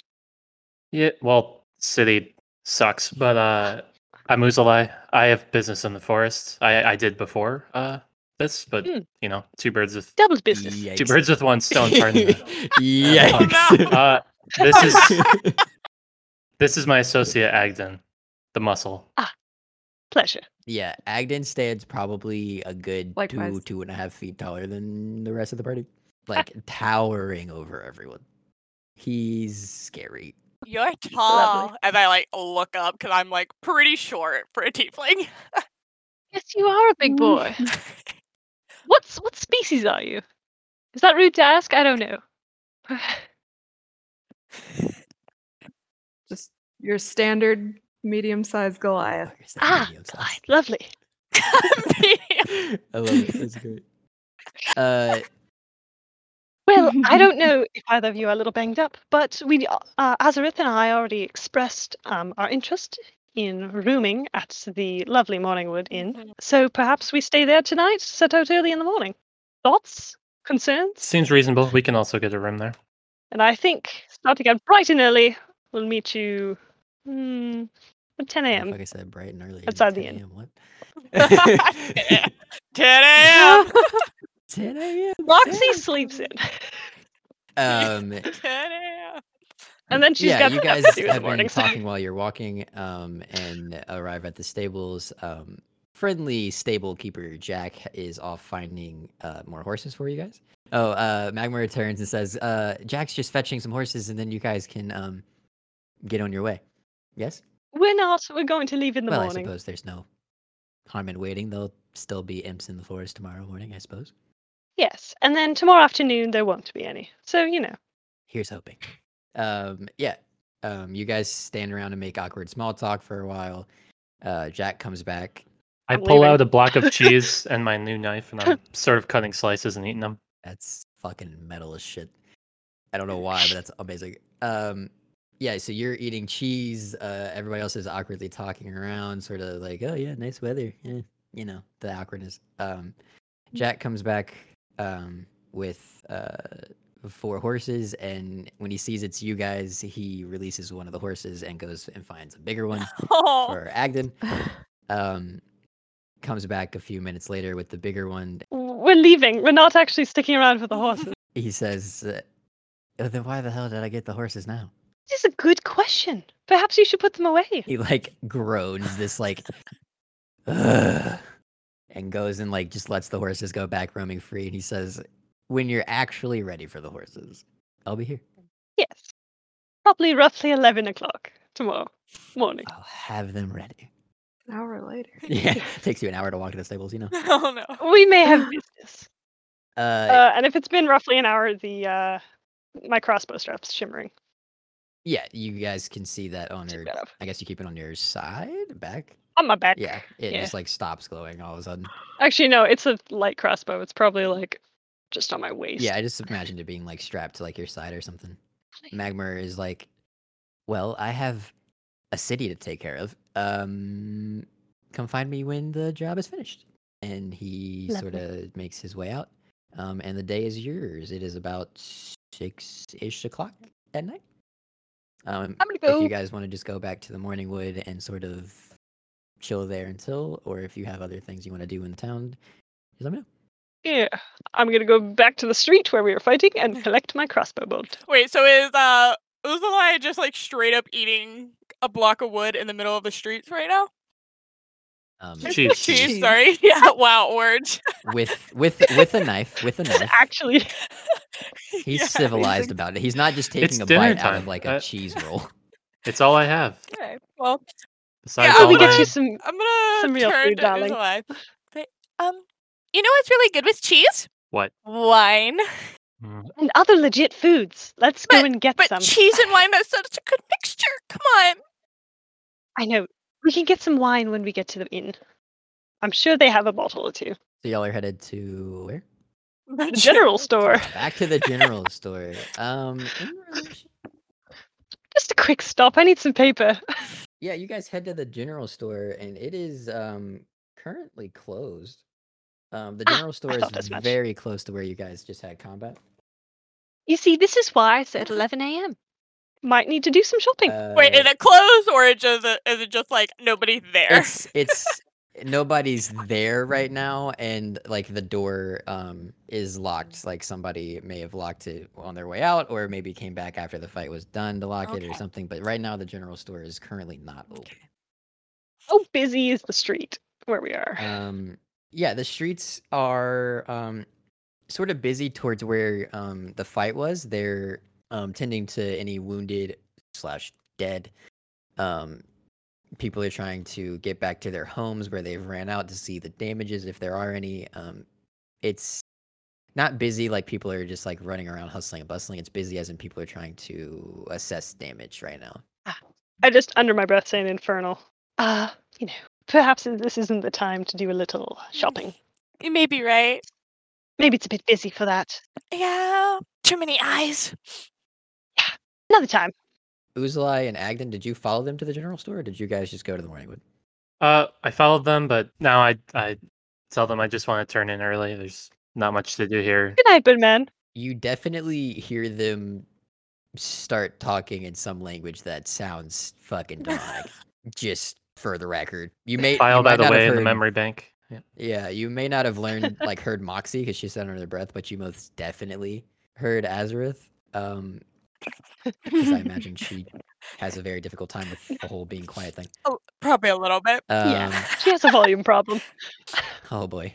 S5: Yeah, well, city sucks, but uh I'm Uzalai. I have business in the forest. I I did before uh this, but
S4: Hmm.
S5: you know, two birds with
S4: Double business. Oh,
S1: Yikes.
S5: two birds with one stone, pardon me.
S1: Yikes.
S5: Uh this is this is my associate Agden, the muscle.
S4: Pleasure.
S1: yeah, Agden stands probably a good two,
S2: Likewise.
S1: two and a half feet taller than the rest of the party.
S4: Ah.
S1: Like towering over everyone. He's scary.
S3: You're tall. And I like look up because I'm like pretty short for a tiefling.
S4: Yes, you are a big boy. What's what species are you? Is that rude to ask? I don't know.
S2: Just your standard medium-sized Goliath.
S1: Fuckers, that
S4: Ah,
S1: medium size.
S4: Right, lovely.
S1: I love it. That's great. Uh,
S4: Well, I don't know if either of you are a little banged up, but we, uh, Azareth and I already expressed um, our interest in rooming at the lovely Morningwood
S1: Mm-hmm.
S4: Inn. So perhaps we stay there tonight, set out early in the morning. Thoughts? Concerns?
S5: Seems reasonable. We can also get a room there.
S4: And I think starting out bright and early, we'll meet you hmm, at 10
S1: yeah,
S4: a.m.
S1: Like I said, bright and early. and
S4: Outside the
S1: 10
S4: inn.
S1: a.m., What?
S3: 10 a.m.
S1: 10 a.m.
S4: Moxie
S1: sounds
S4: sleeps in,
S1: Um,
S3: 10 a.m.
S4: and then she's
S1: yeah,
S4: got
S1: you
S4: prep
S1: guys
S4: to do in the
S1: have been
S4: morning. so-
S1: talking while you're walking um, and arrive at the stables. Um, friendly stable keeper Jack is off finding uh, more horses for you guys. Oh, uh, Magma returns and says, uh, Jack's just fetching some horses and then you guys can um, get on your way. Yes?
S4: We're not. We're going to leave in the
S1: well, I
S4: morning.
S1: suppose there's no harm in waiting. There'll still be imps in the forest tomorrow morning, I suppose.
S4: Yes, and then tomorrow afternoon there won't be any. So you know.
S1: here's hoping. Um, yeah. Um, you guys stand around and make awkward small talk for a while. Uh, Jack comes back.
S5: I
S4: I'm
S5: pull
S4: leaving.
S5: out a block of cheese and my new knife, and I'm sort of cutting slices and eating them.
S1: That's fucking metal as shit. I don't know why, but that's amazing. Um, yeah. So you're eating cheese. Uh, everybody else is awkwardly talking around, sort of like, "Oh yeah, nice weather." Eh, you know the awkwardness. Um, Jack comes back um, with uh, for horses, and when he sees it's you guys, he releases one of the horses and goes and finds a bigger one
S3: Oh,
S1: for Agden. Um, comes back a few minutes later with the bigger one.
S4: We're leaving. We're not actually sticking around for the horses.
S1: He says, uh, "Oh, "Then why the hell did I get the horses now?"
S4: This is a good question. Perhaps you should put them away.
S1: He like groans this like, "Ugh," and goes and like just lets the horses go back roaming free. And he says, "When you're actually ready for the horses, I'll be here."
S4: Yes. Probably roughly 11 o'clock tomorrow morning.
S1: I'll have them ready.
S2: An hour later.
S1: Yeah, takes you an hour to walk to the stables, you know.
S3: oh no.
S4: Uh, We may have missed this.
S1: Uh,
S4: Uh, and if it's been roughly an hour, the uh, my crossbow strap's shimmering.
S1: yeah, you guys can see that on
S4: Check
S1: her.
S4: that out.
S1: I guess you keep it on your side, back.
S4: On my back.
S1: Yeah, it
S4: Yeah.
S1: just like stops glowing all of a sudden.
S4: Actually, no, it's a light crossbow. It's probably like just on my waist.
S1: Yeah, I just imagined it being like strapped to like your side or something.
S4: Actually,
S1: Magmar is like, well, I have a city to take care of. Um, come find me when the job is finished. And he
S4: Lovely.
S1: sort of makes his way out. Um, and the day is yours. It is about six ish o'clock at night. Um,
S4: I'm gonna
S1: if
S4: go.
S1: you guys want to just go back to the morning wood and sort of chill there until, or if you have other things you want to do in the town, just let me know.
S4: Yeah, I'm gonna go back to the street where we were fighting and collect my crossbow bolt.
S3: Wait, so is uh Uzalai just like straight up eating a block of wood in the middle of the streets right now?
S1: Um,
S3: Cheese,
S5: Cheese.
S2: Cheese.
S3: sorry. Yeah, wow, words.
S1: with with with a knife, with a knife.
S4: Actually,
S1: He's
S3: Yeah.
S1: civilized about it. He's not just
S5: It's
S1: taking a
S5: dinner
S1: bite out of
S5: time. Uh,
S1: like a
S5: I-
S1: cheese roll.
S5: It's all I have.
S3: Okay, well,
S5: Besides
S3: Yeah,
S5: all
S4: let me get
S5: my-
S4: you some.
S3: I'm gonna
S4: Some real
S3: turn
S4: food,
S3: to
S4: darling.
S3: Uzalai. Say, Um, you know what's really good with cheese?
S5: What?
S3: Wine.
S5: Mm,
S4: And other legit foods. Let's go and get
S3: But
S4: some.
S3: cheese and wine, that's such a good mixture. Come on.
S4: I know. We can get some wine when we get to the inn. I'm sure they have a bottle or two.
S1: So y'all are headed to where?
S4: The general store.
S1: Back to the general store. Um, in relation-
S4: Just a quick stop. I need some paper.
S1: yeah, you guys head to the general store, and it is um currently closed. Um, the
S4: Ah,
S1: general store
S4: thought
S1: is
S4: as much.
S1: very close to where you guys just had combat.
S4: You see, this is why I said 11 a.m. Might need to do some shopping.
S3: Wait,
S1: Uh,
S3: is it closed or it just, is it just like nobody there?
S1: it's it's nobody's there right now and like the door um is locked like somebody may have locked it on their way out or maybe came back after the fight was done to lock it or
S3: Okay.
S1: something but right now the general store is currently not open
S4: How Oh, busy is the street where we are?
S1: um yeah the streets are um sort of busy towards where um the fight was they're um tending to any wounded slash dead um people are trying to get back to their homes where they've ran out to see the damages if there are any um it's not busy like people are just like running around hustling and bustling it's busy as in people are trying to assess damage right now
S4: I just, under my breath, say an infernal. Uh, you know, perhaps this isn't the time to do a little shopping.
S3: You may be right.
S4: Maybe it's a bit busy for that.
S3: Yeah, too many eyes.
S4: Another time.
S1: Uzalai and Agden, did you follow them to the general store or did you guys just go to the Morningwood?
S5: Uh, I followed them, but now I I tell them I just want to turn in early. There's not much to do here.
S4: Good night, good man.
S1: you definitely hear them start talking in some language that sounds fucking demonic. just for the record, you may you
S5: File by
S1: might
S5: the
S1: not have
S5: way in the
S1: heard-
S5: memory bank. Yeah.
S1: Yeah, you may not have learned like heard Moxie because she said under her breath, but you most definitely heard Azareth. Um, because I imagine she has a very difficult time with the whole being quiet thing.
S3: Oh, Probably a little bit.
S1: Um,
S4: yeah, she has a volume problem.
S1: Oh boy.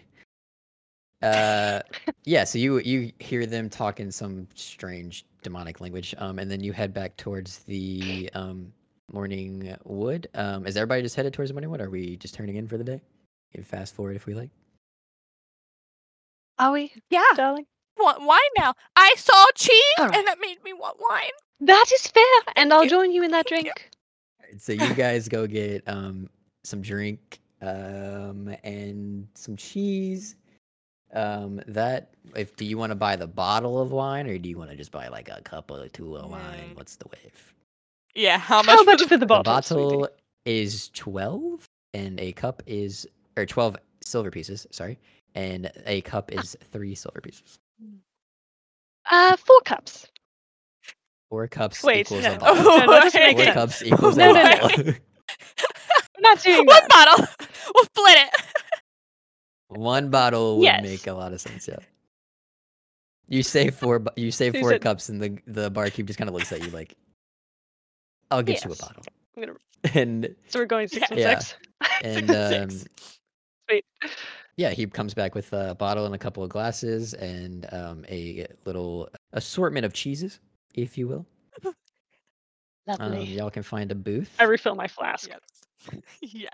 S1: Uh, yeah. So you you hear them talk in some strange demonic language, um, and then you head back towards the um morning wood. Um, is everybody just headed towards the morning wood? Are we just turning in for the day? You can fast forward if we like.
S4: Are we,
S3: Yeah, Oh.
S4: darling?
S3: want wine now. I saw cheese
S4: Alright.
S3: and that made me want wine.
S4: That is fair, and I'll
S3: you.
S4: join you in that
S3: Thank you.
S4: drink.
S1: Alright, So you guys go get um some drink um and some cheese. Um, that if do you want to buy the bottle of wine or do you want to just buy like a cup or two of wine?
S3: Mm.
S1: What's the wave?
S3: Yeah, how much?
S4: How
S3: for
S4: much
S3: the-
S4: for
S1: The
S4: the bottle? sweetie?
S1: bottle is 12 and a cup is or 12
S4: Ah.
S1: silver pieces, sorry, and a cup is 3 silver pieces.
S4: Uh, four cups.
S1: Four cups
S4: Wait,
S1: equals
S4: no.
S1: a
S4: Oh,
S1: bottle.
S4: no, that doesn't make
S1: Four
S4: sense.
S1: cups equals
S4: No,
S1: a
S4: no, no.
S1: bottle.
S4: I'm not doing
S3: One
S4: that.
S3: bottle. We'll split it.
S1: One bottle would
S4: Yes.
S1: make a lot of sense. Yeah. You say four. bu- You say
S4: Who
S1: four
S4: said-
S1: cups, and the the barkeep just kind of looks at you like, "I'll get you a
S4: Yes.
S1: bottle."
S4: I'm gonna-
S1: And
S4: So we're going six and
S1: Yeah.
S4: six.
S1: and
S4: six
S1: um,
S4: Sweet.
S1: yeah, he comes back with a bottle and a couple of glasses and um, a little assortment of cheeses, if you will. Um,
S4: Lovely.
S1: y'all can find a booth.
S4: I refill my flask
S3: Yes. yeah.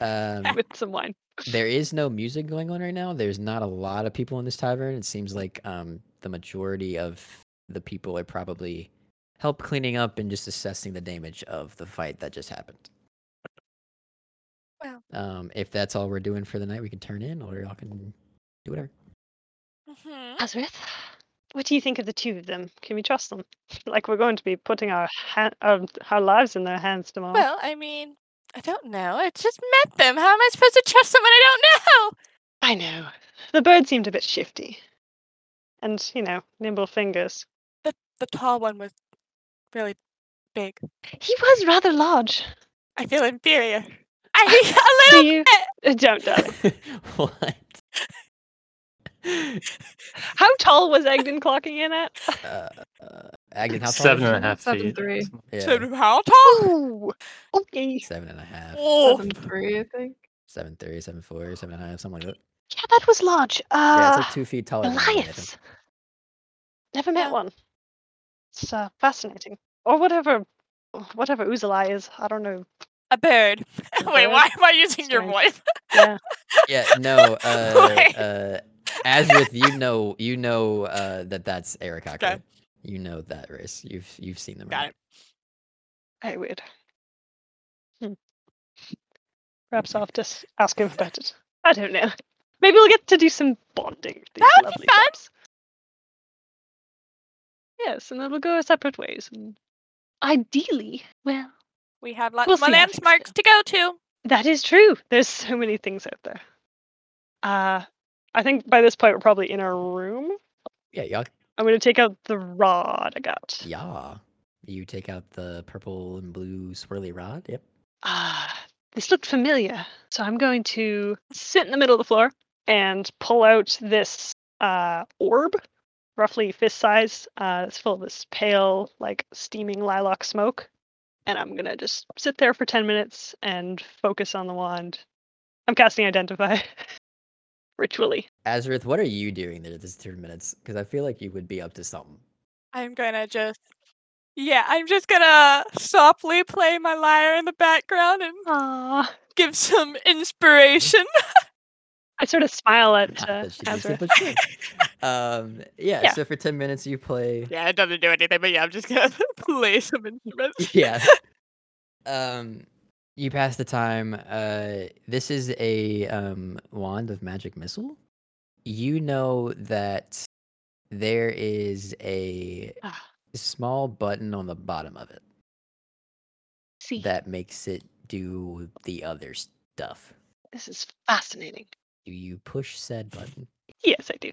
S1: Um,
S4: with some wine.
S1: there is no music going on right now. There's not a lot of people in this tavern. It seems like um, the majority of the people are probably help cleaning up and just assessing the damage of the fight that just happened.
S3: Well.
S1: Um, if that's all we're doing for the night, we can turn in, or y'all can do whatever.
S3: Mhm.
S4: Azrith, what do you think of the two of them? Can we trust them? Like we're going to be putting our ha- our, our lives in their hands tomorrow.
S3: Well, I mean, I don't know. I just met them. How am I supposed to trust someone I don't know?
S4: I know. The bird seemed a bit shifty, and you know, nimble fingers.
S3: The tall one was really big.
S4: He was rather large.
S3: I feel inferior. I a
S4: Do
S3: little.
S4: you Uh, don't darling.
S1: what?
S4: How tall was Egden clocking in at?
S1: Uh, uh, Agnes, how tall
S5: Seven
S1: is
S5: and a
S1: she?
S5: half
S2: Seven,
S5: feet.
S2: three.
S1: Yeah,
S3: So how tall?
S4: Ooh, okay.
S1: seven and a half,
S3: Oh,
S2: Seven three, I think.
S1: seven three, seven four, seven and a half, something like that.
S4: Yeah, that was large.
S1: yeah, it's
S4: Uh,
S1: like two feet taller. than me, I think.
S4: Goliath. Never met
S3: Yeah.
S4: one. It's uh, fascinating. Or whatever, whatever Uzalai is. I don't know.
S3: a bird. Wait,
S4: bird?
S3: why am I using your
S4: Sorry.
S3: voice?
S1: Yeah, no. Uh,
S3: Wait.
S1: uh, Azrith, you know, you know uh, that that's Eric
S3: Okay.
S1: You know that race. You've you've seen them.
S3: Got
S1: right?
S3: it.
S4: I would. Hmm. Perhaps I'll have to s- ask him about it. I don't know. Maybe we'll get to do some bonding. With these
S3: That would be
S4: lovely
S3: fun.
S4: chaps. Yes, and then we'll go our separate ways. And ideally, well,
S3: We have lots
S4: We'll
S3: more
S4: see how things
S3: landmarks to
S4: go.
S3: go to.
S4: That is true. There's so many things out there. Uh, I think by this point we're probably in our room.
S1: Yeah, y'all.
S4: I'm gonna take out the rod I got.
S1: Yeah. You take out the purple and blue swirly rod. Yep.
S4: Ah, this looked familiar. So I'm going to sit in the middle of the floor and pull out this uh, orb, roughly fist size. Uh, it's full of this pale, like steaming lilac smoke. And I'm gonna just sit there for 10 minutes and focus on the wand. I'm casting Identify ritually.
S1: Azrith, what are you doing there this three minutes? Because I feel like you would be up to something.
S3: I'm gonna just. Yeah, I'm just gonna softly play my lyre in the background and
S4: Aww.
S3: give some inspiration.
S4: I sort of smile at
S1: Not
S4: uh,
S1: that she needs it,
S4: Ezra.
S1: but sure. um, yeah,
S4: Yeah.
S1: So for ten minutes, you play.
S3: Yeah, it doesn't do anything, but yeah, I'm just gonna play some instruments.
S1: yeah. Um, you pass the time. Uh, this is a um wand of magic missile. You know that there is a
S4: Ah.
S1: small button on the bottom of it
S4: See,
S1: that makes it do the other stuff.
S4: this is fascinating.
S1: Do you push said button?
S4: Yes, I do.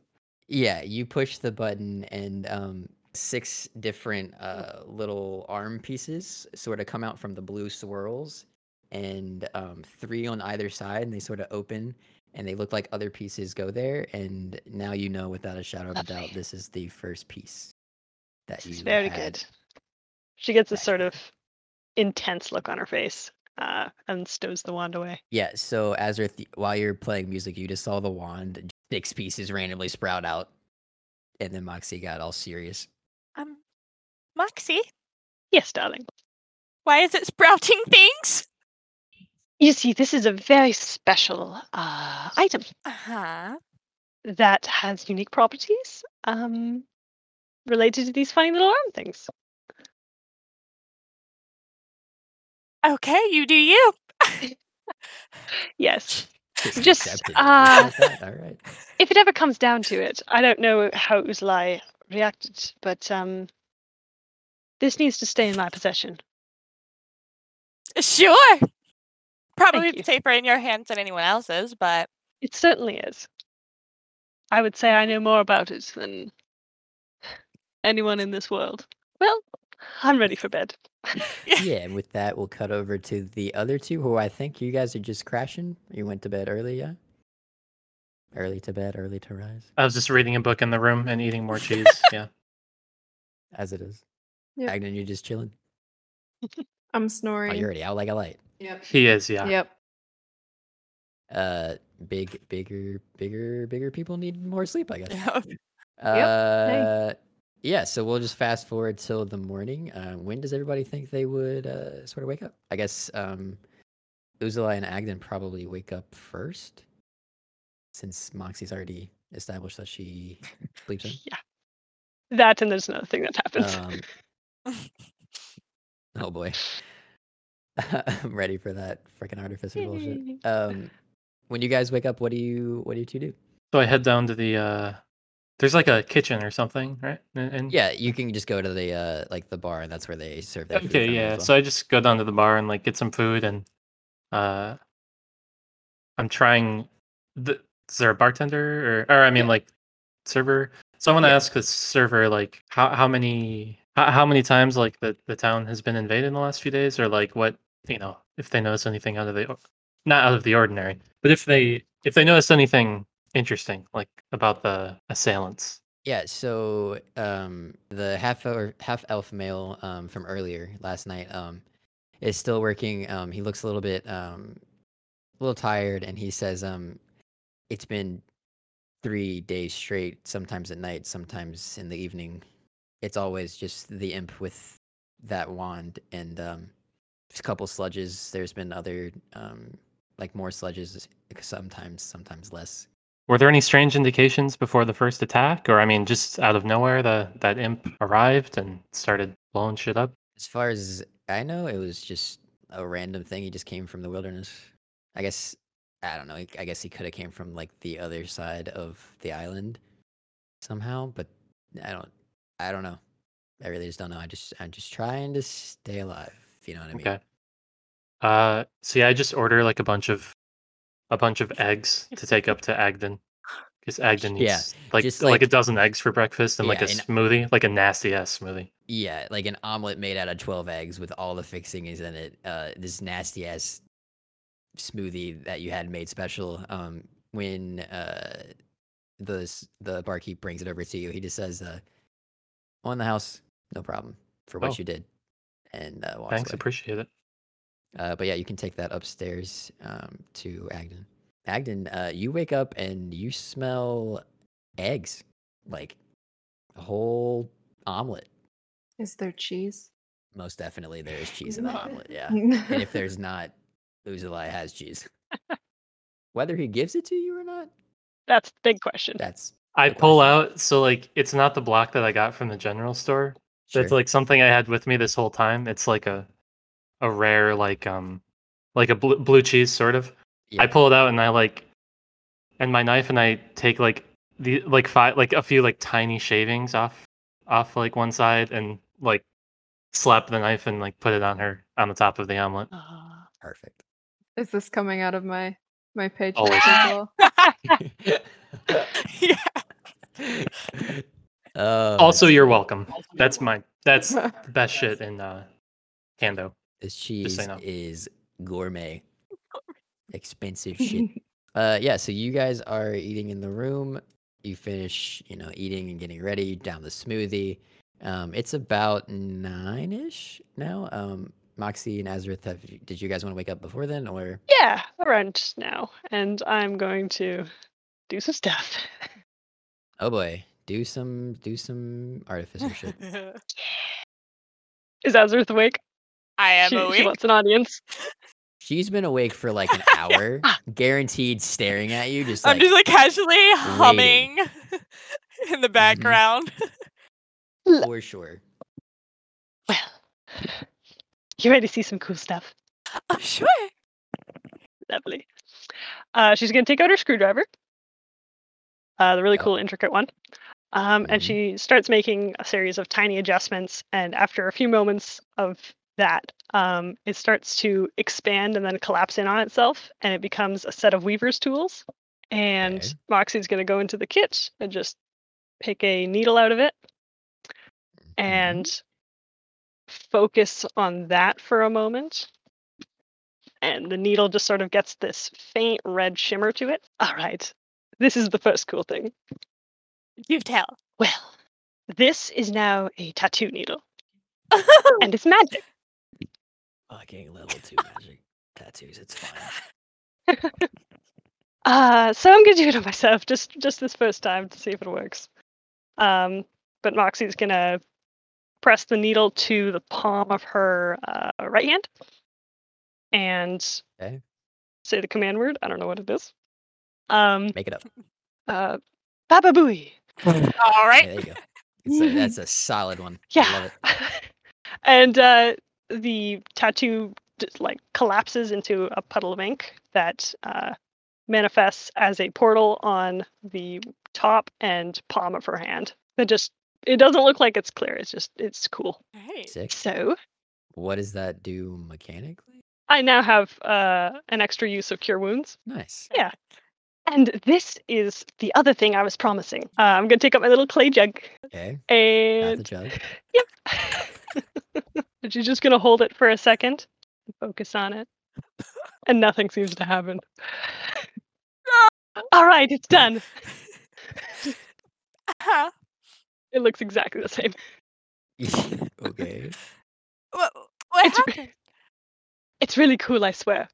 S1: Yeah, you push the button and um six different uh little arm pieces sort of come out from the blue swirls and um three on either side and they sort of open and they look like other pieces go there and now you know without a shadow of a doubt
S4: Lovely.
S1: this is the first piece that
S4: This is
S1: you
S4: very
S1: had.
S4: good. She gets a
S1: back
S4: sort
S1: then.
S4: of intense look on her face uh, and stows the wand away.
S1: Yeah, so Azarth, y- while you're playing music, you just saw the wand, six pieces randomly sprout out, and then Moxie got all serious.
S3: Um, Moxie,
S4: Yes, darling.
S3: why is it sprouting things?
S4: You see, this is a very special uh, item
S3: Uh huh.
S4: that has unique properties um, related to these funny little arm things.
S3: Okay, you do you.
S4: Yes.
S1: Just,
S4: Just,
S1: accept it. You're
S4: uh,
S1: good with that? all right.
S4: If it ever comes down to it, I don't know how Uzlai reacted, but um, this needs to stay in my possession.
S3: Sure. Probably
S4: you.
S3: safer in your hands than anyone else's, but
S4: It certainly is. I would say I know more about it than anyone in this world. Well, I'm ready for bed.
S1: yeah, and with that, we'll cut over to the other two who I think you guys are just crashing. You went to bed early, yeah? Early to bed, early to rise,
S5: I was just reading a book in the room and eating more cheese. yeah.
S1: as it is.
S2: Yep.
S1: Agnan, you're just chilling.
S2: I'm
S1: Oh,
S2: snoring.
S1: you're already out like a light.
S2: Yep.
S5: He is, yeah.
S2: Yep.
S1: Uh, big, bigger, bigger, bigger people need more sleep, I guess.
S2: hey.
S1: Uh, Yeah, so we'll just fast forward till the morning. Uh, when does everybody think they would uh, sort of wake up? I guess um, Uzula and Agden probably wake up first, since Moxie's already established that she sleeps in.
S4: Yeah. That and there's another thing that happens.
S3: Ah,
S1: Um, oh boy, I'm ready for that freaking artificer bullshit. Um, when you guys wake up, what do you what do you two do?
S5: So I head down to the uh there's like a kitchen or something, right? And, and
S1: Yeah, you can just go to the uh, like the bar, and that's where they serve their food
S5: Okay,
S1: from as
S5: yeah.
S1: well.
S5: So I just go down to the bar and like get some food and uh I'm trying the is there a bartender or or I mean like server? So I want to
S1: Yeah.
S5: ask the server like how how many how, how many times like the the town has been invaded in the last few days or like what you know if they notice anything out of the or- not out of the ordinary but if they if they notice anything interesting like about the assailants
S1: Yeah, so um, the half or half elf male um, from earlier last night um, is still working. Um, he looks a little bit um, a little tired, and he says, um, "It's been three days straight. Sometimes at night, sometimes in the evening. It's always just the imp with that wand and um, just a couple sludges. There's been other um, like more sludges sometimes, sometimes less."
S5: Were there any strange indications before the first attack, or I mean, just out of nowhere, the that imp arrived and started blowing shit up?
S1: As far as I know, it was just a random thing. He just came from the wilderness. I guess I don't know. he- I guess he could have came from like the other side of the island somehow, but I don't. I don't know. I really just don't know. I just I'm just trying to stay alive. if You know what I mean?
S5: Okay. Uh, see, I just order like a bunch of a bunch of eggs to take up to Agden, because Agden
S1: Yeah,
S5: needs like,
S1: just,
S5: like a
S1: like-
S5: dozen eggs for breakfast and like a
S1: Yeah, and-
S5: smoothie, like a nasty ass smoothie.
S1: Yeah, like an omelet made out of twelve eggs with all the fixings in it. Uh, this nasty ass smoothie that you had made special. Um, when uh, the s- the barkeep brings it over to you, he just says, uh, "On the house, no problem for what
S5: Oh.
S1: you did," and uh, walks
S5: Thanks,
S1: away.
S5: appreciate it.
S1: Uh, but yeah, you can take that upstairs um, to Agden. Agden, uh, you wake up and you smell eggs, like a whole omelet.
S2: Is there cheese?
S1: Most definitely, there is cheese in that
S2: No.
S1: omelet. Yeah. and if there's not, Uzulai has cheese. Whether he gives it to you or not,
S4: That's the big question.
S1: that's
S5: I
S1: No
S5: pull
S1: question.
S5: out, so like it's not the block that I got from the general store.
S1: sure.
S5: That's like something I had with me this whole time. It's like a a rare like um like a blue, blue cheese sort of. I
S1: Yeah.
S5: pull it out and I like and my knife and I take like the like five like a few like tiny shavings off off like one side and like slap the knife and like put it on her on the top of the omelet.
S4: Ah.
S1: perfect.
S2: Is this coming out of my my paycheck?
S5: Always.
S2: as well?
S3: yeah.
S1: Oh,
S5: also,
S1: that's
S5: you're
S1: great.
S5: welcome. That's my that's the best shit in uh Kando.
S1: This
S5: say
S1: cheese
S5: no.
S1: is gourmet, expensive shit. Uh, yeah. So you guys are eating in the room. You finish, you know, eating and getting ready. Down the smoothie. Um, it's about nine ish now. Um, Moxie and Azareth, have you- did you guys want to wake up before then, or
S4: Yeah, around now. And I'm going to do some stuff.
S1: oh boy, do some do some artificer shit?
S4: Is Azarth awake?
S3: I am
S4: she, she
S3: awake.
S4: wants an audience.
S1: She's been awake for like an hour, guaranteed staring at you. Just like,
S3: I'm just like casually humming in
S1: Mm-hmm.
S3: the background.
S1: for sure.
S4: Well, you ready to see some cool stuff?
S3: Oh, sure.
S4: Lovely. Uh, she's going to take out her screwdriver, uh, the really
S1: Yep.
S4: cool, intricate one. Um, and
S1: Mhm.
S4: she starts making a series of tiny adjustments. And after a few moments of that, um, it starts to expand and then collapse in on itself. And it becomes a set of weaver's tools. And
S1: Okay.
S4: Moxie's going to go into the kit and just pick a needle out of it and focus on that for a moment. And the needle just sort of gets this faint red shimmer to it. All right. This is the first cool thing.
S3: You tell.
S4: Well, this is now a tattoo needle, and it's magic.
S1: Fucking level two magic tattoos. It's fine.
S4: Uh, so I'm gonna do it on myself, just just this first time to see if it works. Um, but Moxie's gonna press the needle to the palm of her uh, right hand, and
S1: Okay.
S4: say the command word. I don't know what it is. Um,
S1: Make it up.
S4: uh, Baba Booey.
S3: All
S1: Yeah,
S3: right.
S1: there you go. It's a- that's a solid one. I love
S4: Yeah.
S1: it.
S4: and uh, the tattoo just, like collapses into a puddle of ink that uh, manifests as a portal on the top and palm of her hand. That just it doesn't look like it's clear. It's just it's cool.
S3: Hey.
S1: Sick.
S4: So
S1: What does that do mechanically?
S4: I now have uh, an extra use of cure wounds.
S1: Nice.
S4: And this is the other thing I was promising. Uh, I'm gonna take out my little clay jug
S1: Okay. Got the
S4: and
S1: jug.
S4: And She's just gonna hold it for a second, and focus on it, and nothing seems to happen. All right, it's done.
S3: Uh-huh.
S4: It looks exactly the same.
S1: okay.
S3: What, what
S4: It's-
S3: happened?
S4: It's really cool, I swear.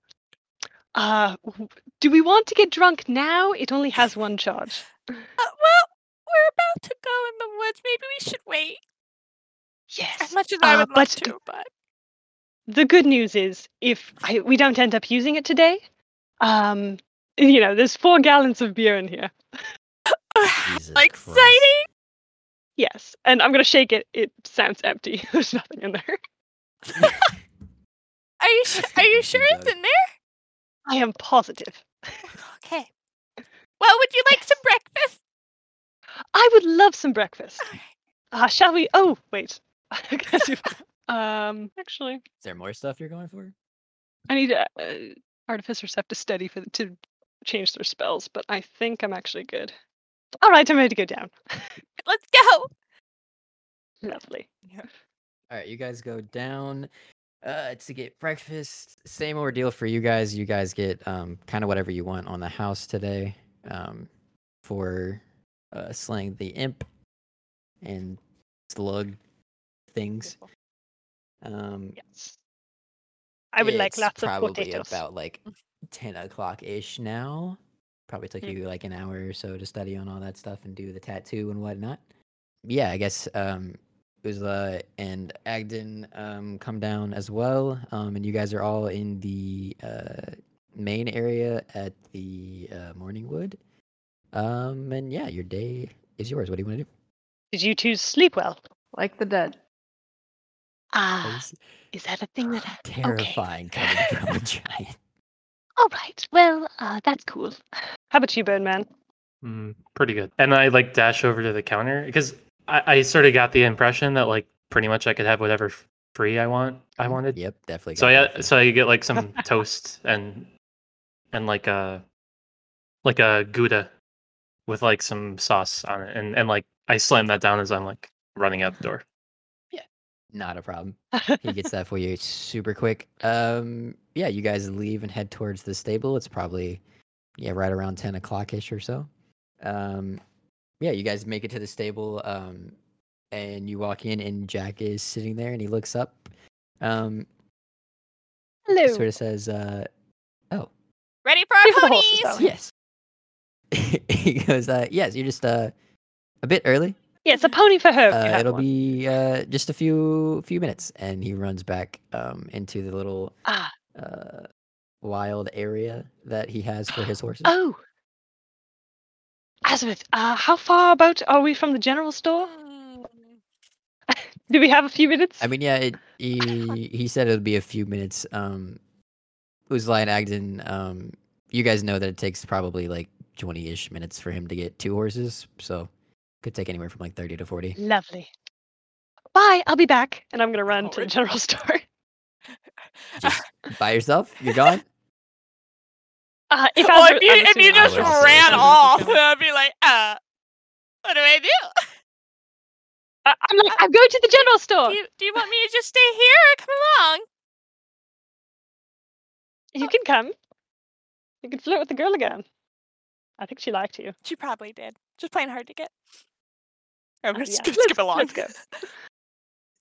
S4: Uh, w- do we want to get drunk now? It only has one charge.
S3: Uh, well, we're about to go in the woods. Maybe we should wait. As
S4: Yes.
S3: much as I
S4: Uh,
S3: would love
S4: but-
S3: to, but
S4: The good news is, if I, we don't end up using it today, um, you know, there's four gallons of beer in here.
S1: Jesus
S3: exciting.
S1: Christ.
S4: Yes, and I'm gonna shake it. It sounds empty. There's nothing in there.
S3: Are you sh- are you sure
S1: Fucking
S3: it's
S1: jug.
S3: in there?
S4: I am positive.
S3: Okay. Well, would you like some breakfast?
S4: I would love some breakfast. Uh, shall we? Oh, wait. I guess you- um, actually,
S1: Is there more stuff you're going for?
S4: I need uh, uh, artificers have to study for the, to change their spells, but I think I'm actually good. All right, I'm ready to go down.
S3: Let's go.
S4: Lovely.
S1: All right, you guys go down uh, to get breakfast. Same ordeal for you guys. You guys get um, kind of whatever you want on the house today um, for uh, slaying the imp and slug things. Um,
S4: Yes. I would like
S1: it's
S4: lots of
S1: probably
S4: potatoes.
S1: about like ten o'clock ish now. Probably took
S4: Mm.
S1: you like an hour or so to study on all that stuff and do the tattoo and whatnot. Yeah, I guess um, Uzla and Agden um, come down as well, um, and you guys are all in the uh, main area at the uh, Morningwood. Um, and yeah, your day is yours. What do you want to do?
S4: Did you two sleep well?
S2: Like the dead.
S4: Ah,
S1: That
S4: is that a thing that?
S1: is
S4: I...
S1: terrifying coming from a giant.
S4: All right. Well, uh, that's cool. How about you, Birdman?
S5: Mm, pretty good. And I like dash over to the counter because I, I sort of got the impression that like pretty much I could have whatever f- free I want. I wanted.
S1: Yep, definitely.
S5: So
S1: Mm, got
S5: I
S1: that for
S5: so I get like some toast and and like a like a gouda with like some sauce on it, and and like I slam that down as I'm like running out the door.
S1: you. Not a problem. he gets that for you super quick. Um, yeah, you guys leave and head towards the stable. It's probably yeah, right around ten o'clock ish or so. Um, yeah, you guys make it to the stable, um, and you walk in, and Jack is sitting there, and he looks up, um,
S4: Hello.
S1: sort of says, uh, "Oh,
S3: Ready for our
S4: Give the horses
S3: ponies?
S4: that way.
S1: yes." he goes, uh, "Yes, you're just uh, a bit early.
S4: Yes, a pony for her. if you
S1: uh,
S4: have
S1: it'll
S4: one.
S1: be uh, just a few few minutes." And he runs back um, into the little
S4: ah.
S1: uh, wild area that he has for his horses.
S4: Oh. Azabeth, uh, how far about are we from the general store?
S3: Mm,
S4: Do we have a few minutes?
S1: I mean, yeah, it, he he said it'll be a few minutes. Um, Uzla and Agden, um, you guys know that it takes probably like twenty-ish minutes for him to get two horses, so could take anywhere from like thirty to forty.
S4: Lovely. Bye, I'll be back. And I'm going to run to the
S3: Alright.
S4: general store.
S1: Just by yourself, you're gone.
S4: Uh, if
S3: well,
S4: Azabeth,
S3: if you,
S4: I'm
S3: if you
S4: assuming
S1: I
S3: just
S1: would also
S4: Azabeth is
S3: ran
S1: assume
S4: gonna-
S3: off, I'd be like, uh, what do I do?
S4: I- I'm like, I'm going to the general store.
S3: Do you, do you want me to just stay here or come along?
S4: You can come. You can flirt with the girl again. I think she liked you.
S3: She probably did. Just playing hard to get. I'm gonna
S4: yeah,
S3: skip,
S4: let's-
S3: skip along.
S4: let's go.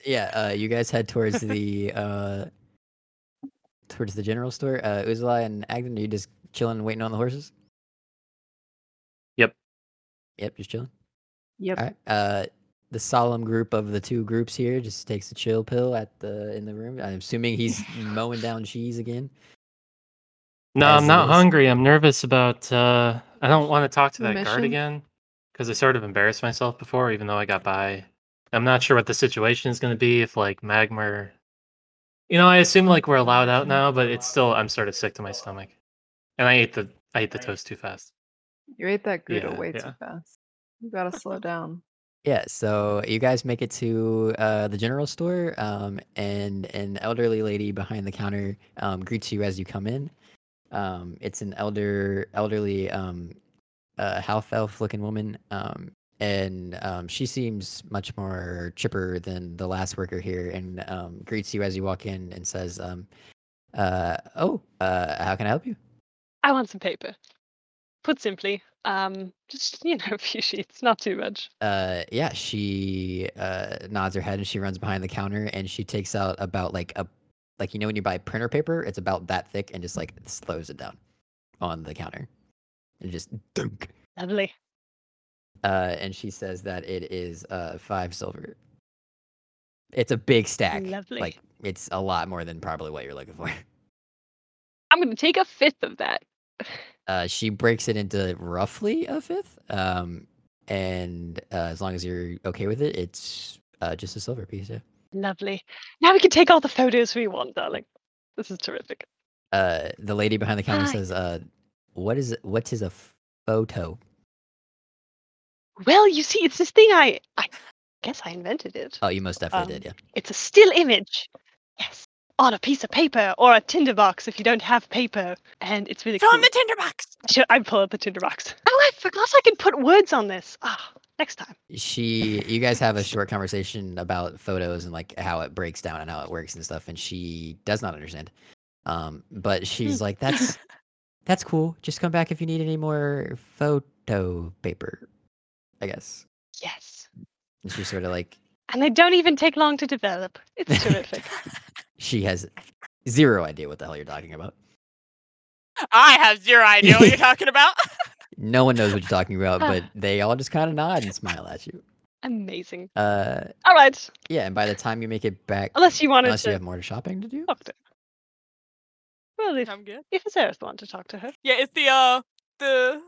S1: yeah, uh, you guys head towards the uh, towards the general store. Uh, Uzla and Agden, are you just chilling and waiting on the horses?
S5: Yep.
S1: Yep, just chilling.
S2: Yep.
S1: All right. Uh, the solemn group of the two groups here just takes a chill pill at the in the room. I'm assuming he's mowing down cheese again.
S5: No,
S1: As
S5: I'm
S1: it
S5: not
S1: is.
S5: hungry. I'm nervous about. uh I don't want to talk to
S2: The
S5: that guard
S2: mission?
S5: again because I sort of embarrassed myself before, even though I got by. I'm not sure what the situation is going to be if like Magmar. You know, I assume like we're allowed out now, but it's still I'm sort of sick to my stomach, and I ate the I ate the toast too fast.
S2: You ate that Gouda
S5: Yeah,
S2: way
S5: yeah.
S2: too fast. You gotta slow down.
S1: Yeah, so you guys make it to uh, the general store, um, and an elderly lady behind the counter um, greets you as you come in. Um, it's an elder, elderly um, uh, half elf looking woman, um, and um, she seems much more chipper than the last worker here, and um, greets you as you walk in and says, um, uh, "Oh, uh, how can I help you?"
S4: I want some paper. Put simply, um, just you know, a few sheets, not too much.
S1: uh yeah she uh nods her head and she runs behind the counter and she takes out about like a like you know when you buy printer paper it's about that thick and just like slows it down on the counter and just dunk
S4: Lovely.
S1: uh and she says that it is uh five silver it's a big stack
S4: Lovely.
S1: like it's a lot more than probably what you're looking for
S4: I'm going to take a fifth of that.
S1: uh she breaks it into roughly a fifth um and uh, as long as you're okay with it it's uh just a silver piece yeah
S4: Lovely. Now we can take all the photos we want, darling. This is terrific.
S1: uh the lady behind the counter
S4: Hi.
S1: says uh what is what is a photo
S4: Well, you see, it's this thing I I guess I invented it.
S1: oh you most definitely did yeah
S4: It's a still image. Yes. On a piece of paper or a tinderbox if you don't have paper. And it's really
S3: Throw
S4: cool.
S3: in the tinderbox.
S4: Should I pull out the tinderbox? Oh, I forgot I can put words on this. Ah, next time.
S1: she you guys have a short conversation about photos and like how it breaks down and how it works and stuff and she does not understand um but she's like that's that's cool just come back if you need any more photo paper i guess
S4: Yes.
S1: and she's sort of like
S4: And they don't even take long to develop. It's terrific.
S1: she has zero idea what the hell you're talking about
S3: I have zero idea what you're talking about.
S1: no one knows what you're talking about but they all just kind of nod and smile at you
S4: Amazing.
S1: uh
S4: All right.
S1: Yeah, and by the time you make it back,
S4: Unless you wanted
S1: unless
S4: to Oh.
S1: you have more shopping to do,
S4: talk to her. Well, if,
S3: I'm good.
S4: if Azeroth wanted to talk to her.
S3: Yeah, it's the uh the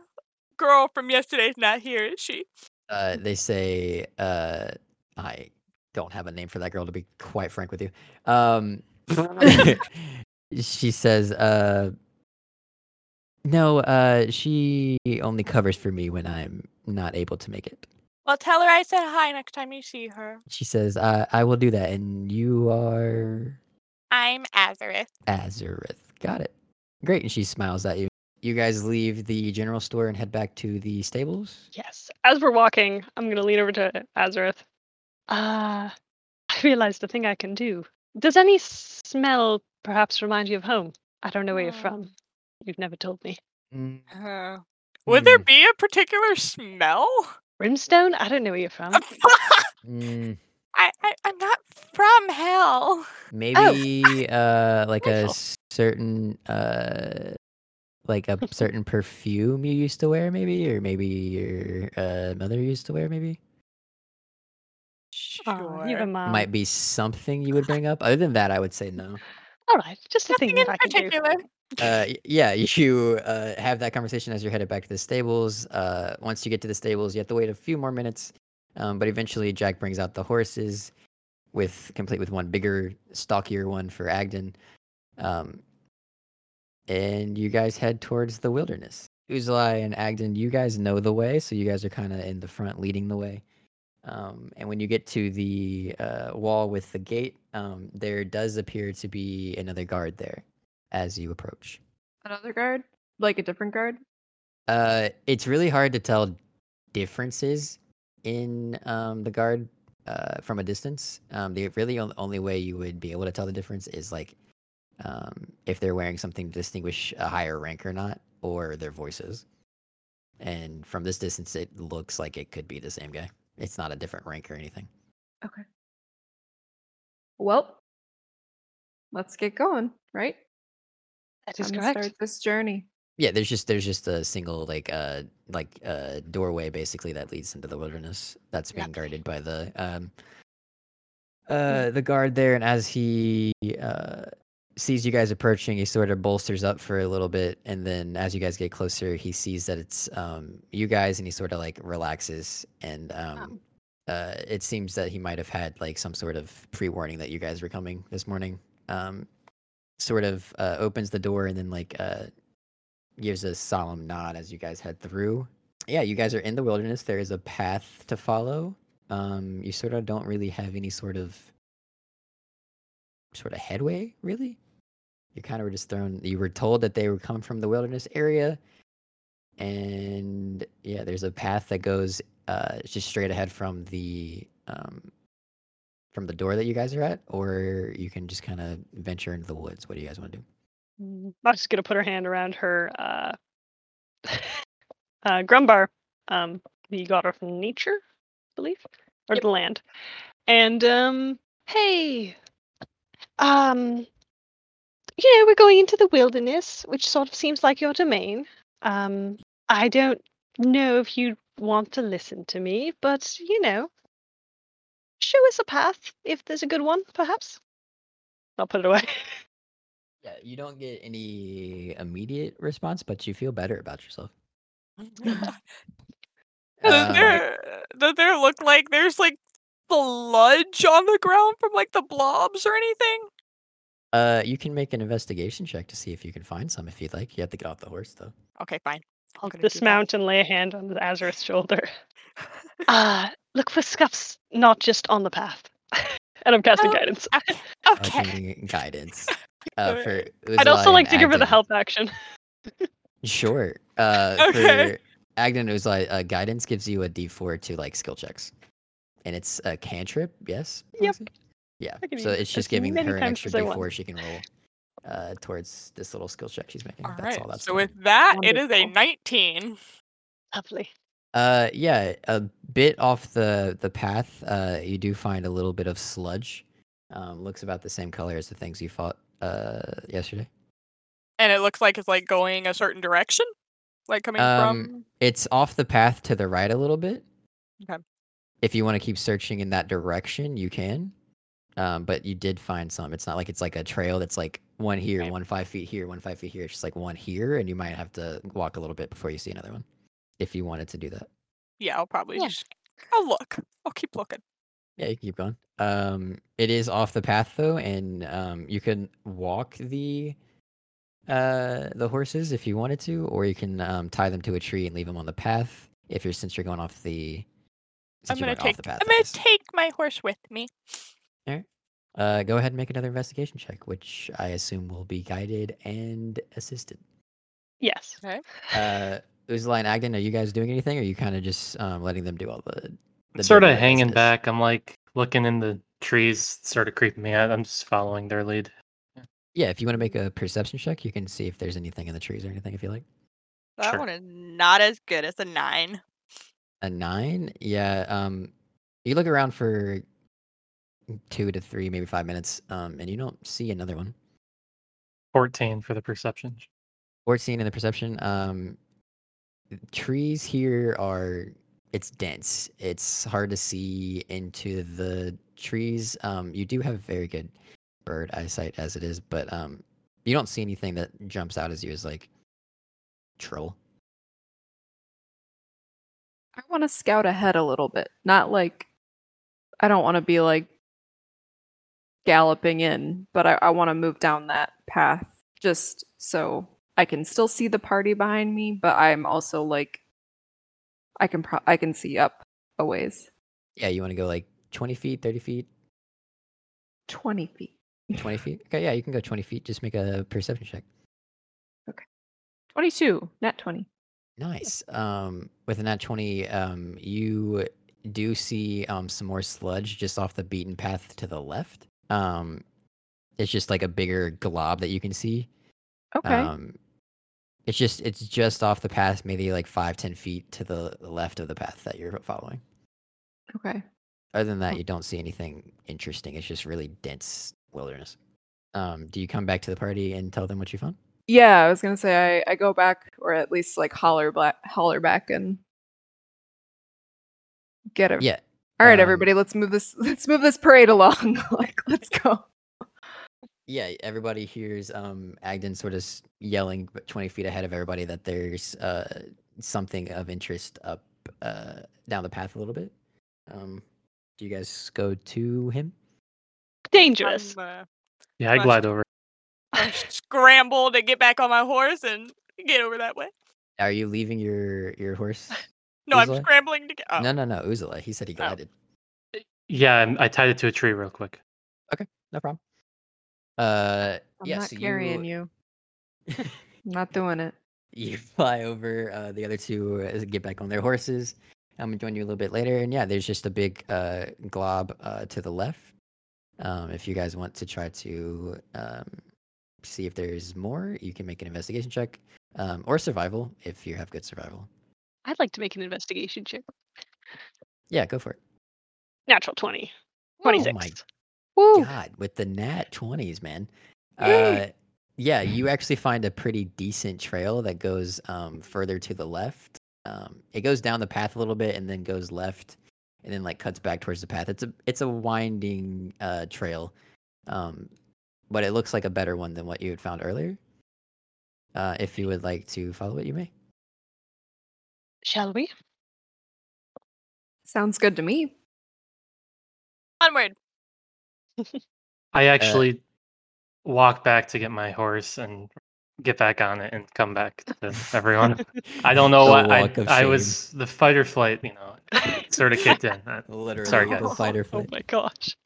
S3: girl from yesterday's not here, is she?
S1: uh, they say uh, I don't have a name for that girl to be quite frank with you. Um, she says, uh, "No, uh, she only covers for me when I'm not able to make it."
S3: Well, tell her I said hi next time you see her.
S1: She says, "I, I will do that." And you are
S3: I'm Azareth.
S1: Azerith. Got it. Great. And she smiles at you. You guys leave the general store and head back to the stables.
S4: Yes. As we're walking, I'm going to lean over to Azareth. Ah, I realized a thing I can do. Does any smell perhaps remind you of home? I don't know where you're
S3: Hmm.
S4: from. You've never told me.
S3: Uh, would there
S1: Hmm.
S3: be a particular smell?
S4: Brimstone? I don't know where you're from.
S1: Mm,
S3: I, I I'm not from hell.
S1: maybe uh like a
S4: Wonderful.
S1: certain uh like a certain perfume you used to wear maybe or maybe your uh mother used to wear maybe
S3: Sure.
S4: Aw, you have a mom.
S1: might be something you would bring up other than that i would say no
S4: All right, just a thing
S3: Nothing in
S4: that I can do.
S3: particular.
S1: uh y- yeah you uh have that conversation as you're headed back to the stables uh once you get to the stables you have to wait a few more minutes um but eventually jack brings out the horses with complete with one bigger stalkier one for agden um and you guys head towards the wilderness uzlai and agden you guys know the way so you guys are kind of in the front leading the way um, and when you get to the uh, wall with the gate um, there does appear to be another guard there as you approach.
S2: Another guard? Like a different guard?
S1: Uh, it's really hard to tell differences in um, the guard uh, from a distance. Um, the really on- only way you would be able to tell the difference is like um, if they're wearing something to distinguish a higher rank or not, or their voices. And from this distance, it looks like it could be the same guy. It's not a different rank or anything.
S2: Okay. Well, let's get going, right?
S4: That is
S2: Time to
S4: correct.
S2: Start this journey.
S1: Yeah, there's just there's just a single like uh like uh doorway basically that leads into the wilderness that's
S3: Yeah.
S1: being guarded by the um uh the guard there and as he uh sees you guys approaching he sort of bolsters up for a little bit and then as you guys get closer he sees that it's um you guys and he sort of like relaxes and um uh it seems that he might have had like some sort of pre-warning that you guys were coming this morning um sort of uh opens the door and then like uh gives a solemn nod as you guys head through. Yeah, you guys are in the wilderness. There is a path to follow. Um, you sort of don't really have any sort of sort of headway, really. You kind of were just thrown. You were told that they were coming from the wilderness area, and yeah, there's a path that goes uh, just straight ahead from the um, from the door that you guys are at, or you can just kind of venture into the woods. What do you guys want to do?
S4: Mm, Mox is gonna put her hand around her uh, uh, Grumbar, um, the god of nature, I believe, or the land, and um, hey, um, you know, we're going into the wilderness, which sort of seems like your domain. Um, I don't know if you want to listen to me, but you know, show us a path if there's a good one, perhaps. I'll put it away.
S1: Yeah, you don't get any immediate response, but you feel better about yourself.
S3: Does
S1: Uh,
S3: there does there look like there's like sludge on the ground from like the blobs or anything?
S1: uh, you can make an investigation check to see if you can find some if you'd like. You have to get off the horse though.
S3: Okay, fine.
S4: I'll
S3: gonna do that.
S4: dismount and lay a hand on Azareth's shoulder. uh, look for scuffs, not just on the path. and I'm casting
S3: Oh,
S4: guidance.
S3: Okay.
S1: Uh,
S3: okay.
S1: give me guidance. Uh,
S3: Alright.
S1: for
S4: I'd also
S1: Uzziah
S4: like to
S1: and
S4: give her the
S1: Agden.
S4: help action.
S1: Sure. Uh,
S3: Okay.
S1: For Agden it was like uh, guidance gives you a D4 to like skill checks, and it's a cantrip. Yes.
S4: Yep.
S1: Lexi? Yeah.
S4: I can
S1: So
S4: use
S1: it's just
S4: as
S1: giving
S4: many
S1: her an
S4: times
S1: extra
S4: as I want.
S1: D4 she can roll uh, towards this little skill check she's making.
S3: All
S1: that's
S3: right.
S1: all that's
S3: so
S1: doing.
S3: with that, it is a
S4: Wonderful.
S3: 19.
S4: Lovely.
S1: Uh, yeah, a bit off the the path. Uh, you do find a little bit of sludge. Um, looks about the same color as the things you fought uh yesterday.
S3: And it looks like it's like going a certain direction. Like coming
S1: Um,
S3: from
S1: It's off the path to the right a little bit.
S3: Okay.
S1: If you want to keep searching in that direction, you can. Um, but you did find some. It's not like it's like a trail that's like one here,
S4: Right.
S1: one five feet here, one five feet here. It's just like one here, and you might have to walk a little bit before you see another one, if you wanted to do that.
S3: Yeah, I'll probably
S4: Yeah.
S3: just I'll look. I'll keep looking.
S1: Yeah, you can keep going. Um, it is off the path though, and um, you can walk the uh the horses if you wanted to, or you can um, tie them to a tree and leave them on the path. If you're since you're going off the,
S3: I'm
S1: since you're
S3: gonna
S1: going
S3: take
S1: off the path,
S3: I'm
S1: I
S3: gonna
S1: guess.
S3: take my horse with me.
S1: uh, go ahead and make another investigation check, which I assume will be guided and assisted.
S4: Yes.
S3: Okay.
S1: Uh, Uzla and Agden, are you guys doing anything? Or are you kind of just um, letting them do all the? the
S5: sort
S1: dirty work
S5: of
S1: as
S5: hanging
S1: is?
S5: back. I'm like looking in the trees, sort of creeping me out. I'm just following their lead.
S1: Yeah, if you want to make a perception check, you can see if there's anything in the trees or anything if you like.
S3: That
S5: Sure.
S3: one is not as good as a nine.
S1: A nine? Yeah. Um, you look around for two to three, maybe five minutes, um, and you don't see another one.
S5: 14 for the perception.
S1: Fourteen in the perception. Um, trees here are it's dense. It's hard to see into the trees. Um, you do have very good bird eyesight as it is, but um, you don't see anything that jumps out as you as like troll.
S2: I want to scout ahead a little bit. Not like I don't want to be like galloping in, but I, I want to move down that path just so I can still see the party behind me, but I'm also like I can pro- I can see up a ways.
S1: Yeah, you want to go like twenty feet, thirty feet,
S2: 20 feet.
S1: twenty feet. Okay, yeah, you can go twenty feet. Just make a perception check.
S2: 22, not 20.
S1: Nice. Um, with a nat twenty, um, you do see um, some more sludge just off the beaten path to the left. Um, it's just like a bigger glob that you can see.
S2: Okay.
S1: Um, it's just it's just off the path, maybe like five ten feet to the the left of the path that you're following.
S2: okay.
S1: Other than that, you don't see anything interesting. It's just really dense wilderness. Um, do you come back to the party and tell them what you found?
S2: Yeah, I was gonna say I, I go back or at least like holler black holler back and get it.
S1: Yeah.
S2: All right,
S1: um,
S2: everybody, let's move this let's move this parade along. like, let's go.
S1: yeah everybody hears um agden sort of s- yelling b- 20 feet ahead of everybody that there's uh something of interest up uh down the path a little bit um do you guys go to him
S4: Dangerous.
S3: I'm, uh,
S5: Yeah, I
S3: Watch.
S5: glide over.
S3: I scramble to get back on my horse and get over that way.
S1: are you leaving your your horse
S3: No,
S1: Uzla?
S3: I'm scrambling to get. Oh.
S1: no no no uzula he said he glided
S5: Yeah, I'm- I tied it to a tree real quick.
S1: no problem uh
S2: I'm
S1: yeah
S2: not
S1: so
S2: carrying you. I'm not doing it.
S1: you fly over uh, the other two uh, get back on their horses i'm gonna join you a little bit later and yeah there's just a big uh, glob uh, to the left um, if you guys want to try to um, see if there's more you can make an investigation check um, or survival if you have good survival
S4: I'd like to make an investigation check.
S1: yeah go for it
S4: Natural 20.
S1: Oh
S4: 26.
S1: my
S4: Woo.
S1: god with the nat 20s man uh,
S4: Yay.
S1: yeah you actually find a pretty decent trail that goes um, further to the left um, it goes down the path a little bit and then goes left and then like cuts back towards the path it's a it's a winding uh, trail um, but it looks like a better one than what you had found earlier uh, if you would like to follow it you may
S4: Shall we?
S2: Sounds good to me.
S3: Onward.
S5: I
S1: Uh,
S5: actually walk back to get my horse and get back on it and come back to everyone. I don't know
S1: The
S5: what I,
S1: walk of
S5: I
S1: shame.
S5: was the fight or flight, you know, sort of kicked in. I-
S1: literally
S5: Sorry,
S1: the
S5: guys.
S1: fight or
S4: Oh
S1: flight
S4: my gosh.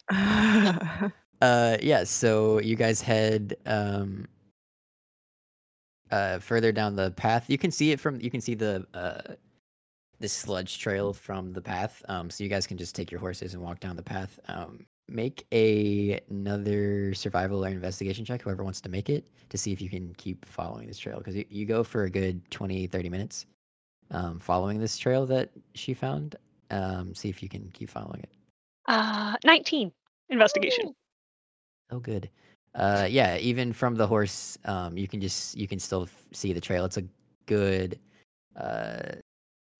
S1: Uh, yeah. So you guys head um uh further down the path. You can see it from you can see the uh the sludge trail from the path. Um, so you guys can just take your horses and walk down the path. Um, make a another survival or investigation check. Whoever wants to make it to see if you can keep following this trail because you, you go for a good 20, 30 minutes um following this trail that she found. Um, see if you can keep following it.
S4: Uh, 19. Investigation.
S1: Oh, good. Uh, yeah. Even from the horse, um, you can just you can still f- see the trail. It's a good, uh,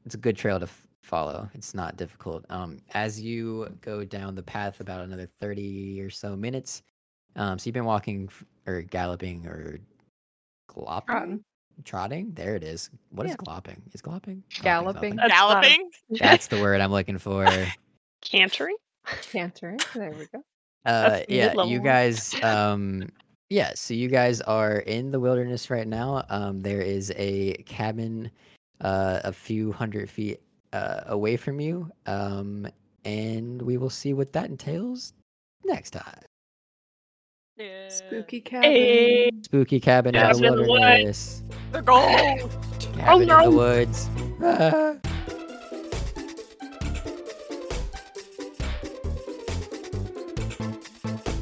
S1: it's a good trail to f- follow. It's not difficult. Um, as you go down the path, about another thirty or so minutes. Um, so you've been walking f- or galloping or glopping,
S2: Rotten.
S1: trotting. There it is. What is
S2: Yeah.
S1: glopping? Is glopping Glopping's not a
S2: Galloping.
S1: thing.
S4: That's not a-
S3: Galloping.
S1: That's the word I'm looking for.
S4: Cantering?
S2: Canter. There we go.
S1: uh
S4: the
S1: yeah
S4: mid-level
S1: you
S4: one.
S1: guys um yeah so you guys are in the wilderness right now um there is a cabin uh a few hundred feet uh away from you um and we will see what that entails next time
S3: Yeah.
S2: Spooky cat.
S4: Hey.
S1: spooky cabin in the
S5: Cabin
S4: in the
S1: wilderness
S4: woods. Oh,
S3: The gold.
S1: cabin in
S4: no.
S1: the woods Ah.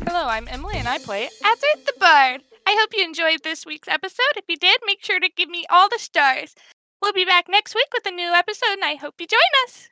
S3: Hello, I'm Emily and I play Azert the Bard. I hope you enjoyed this week's episode. If you did, make sure to give me all the stars. We'll be back next week with a new episode and I hope you join us.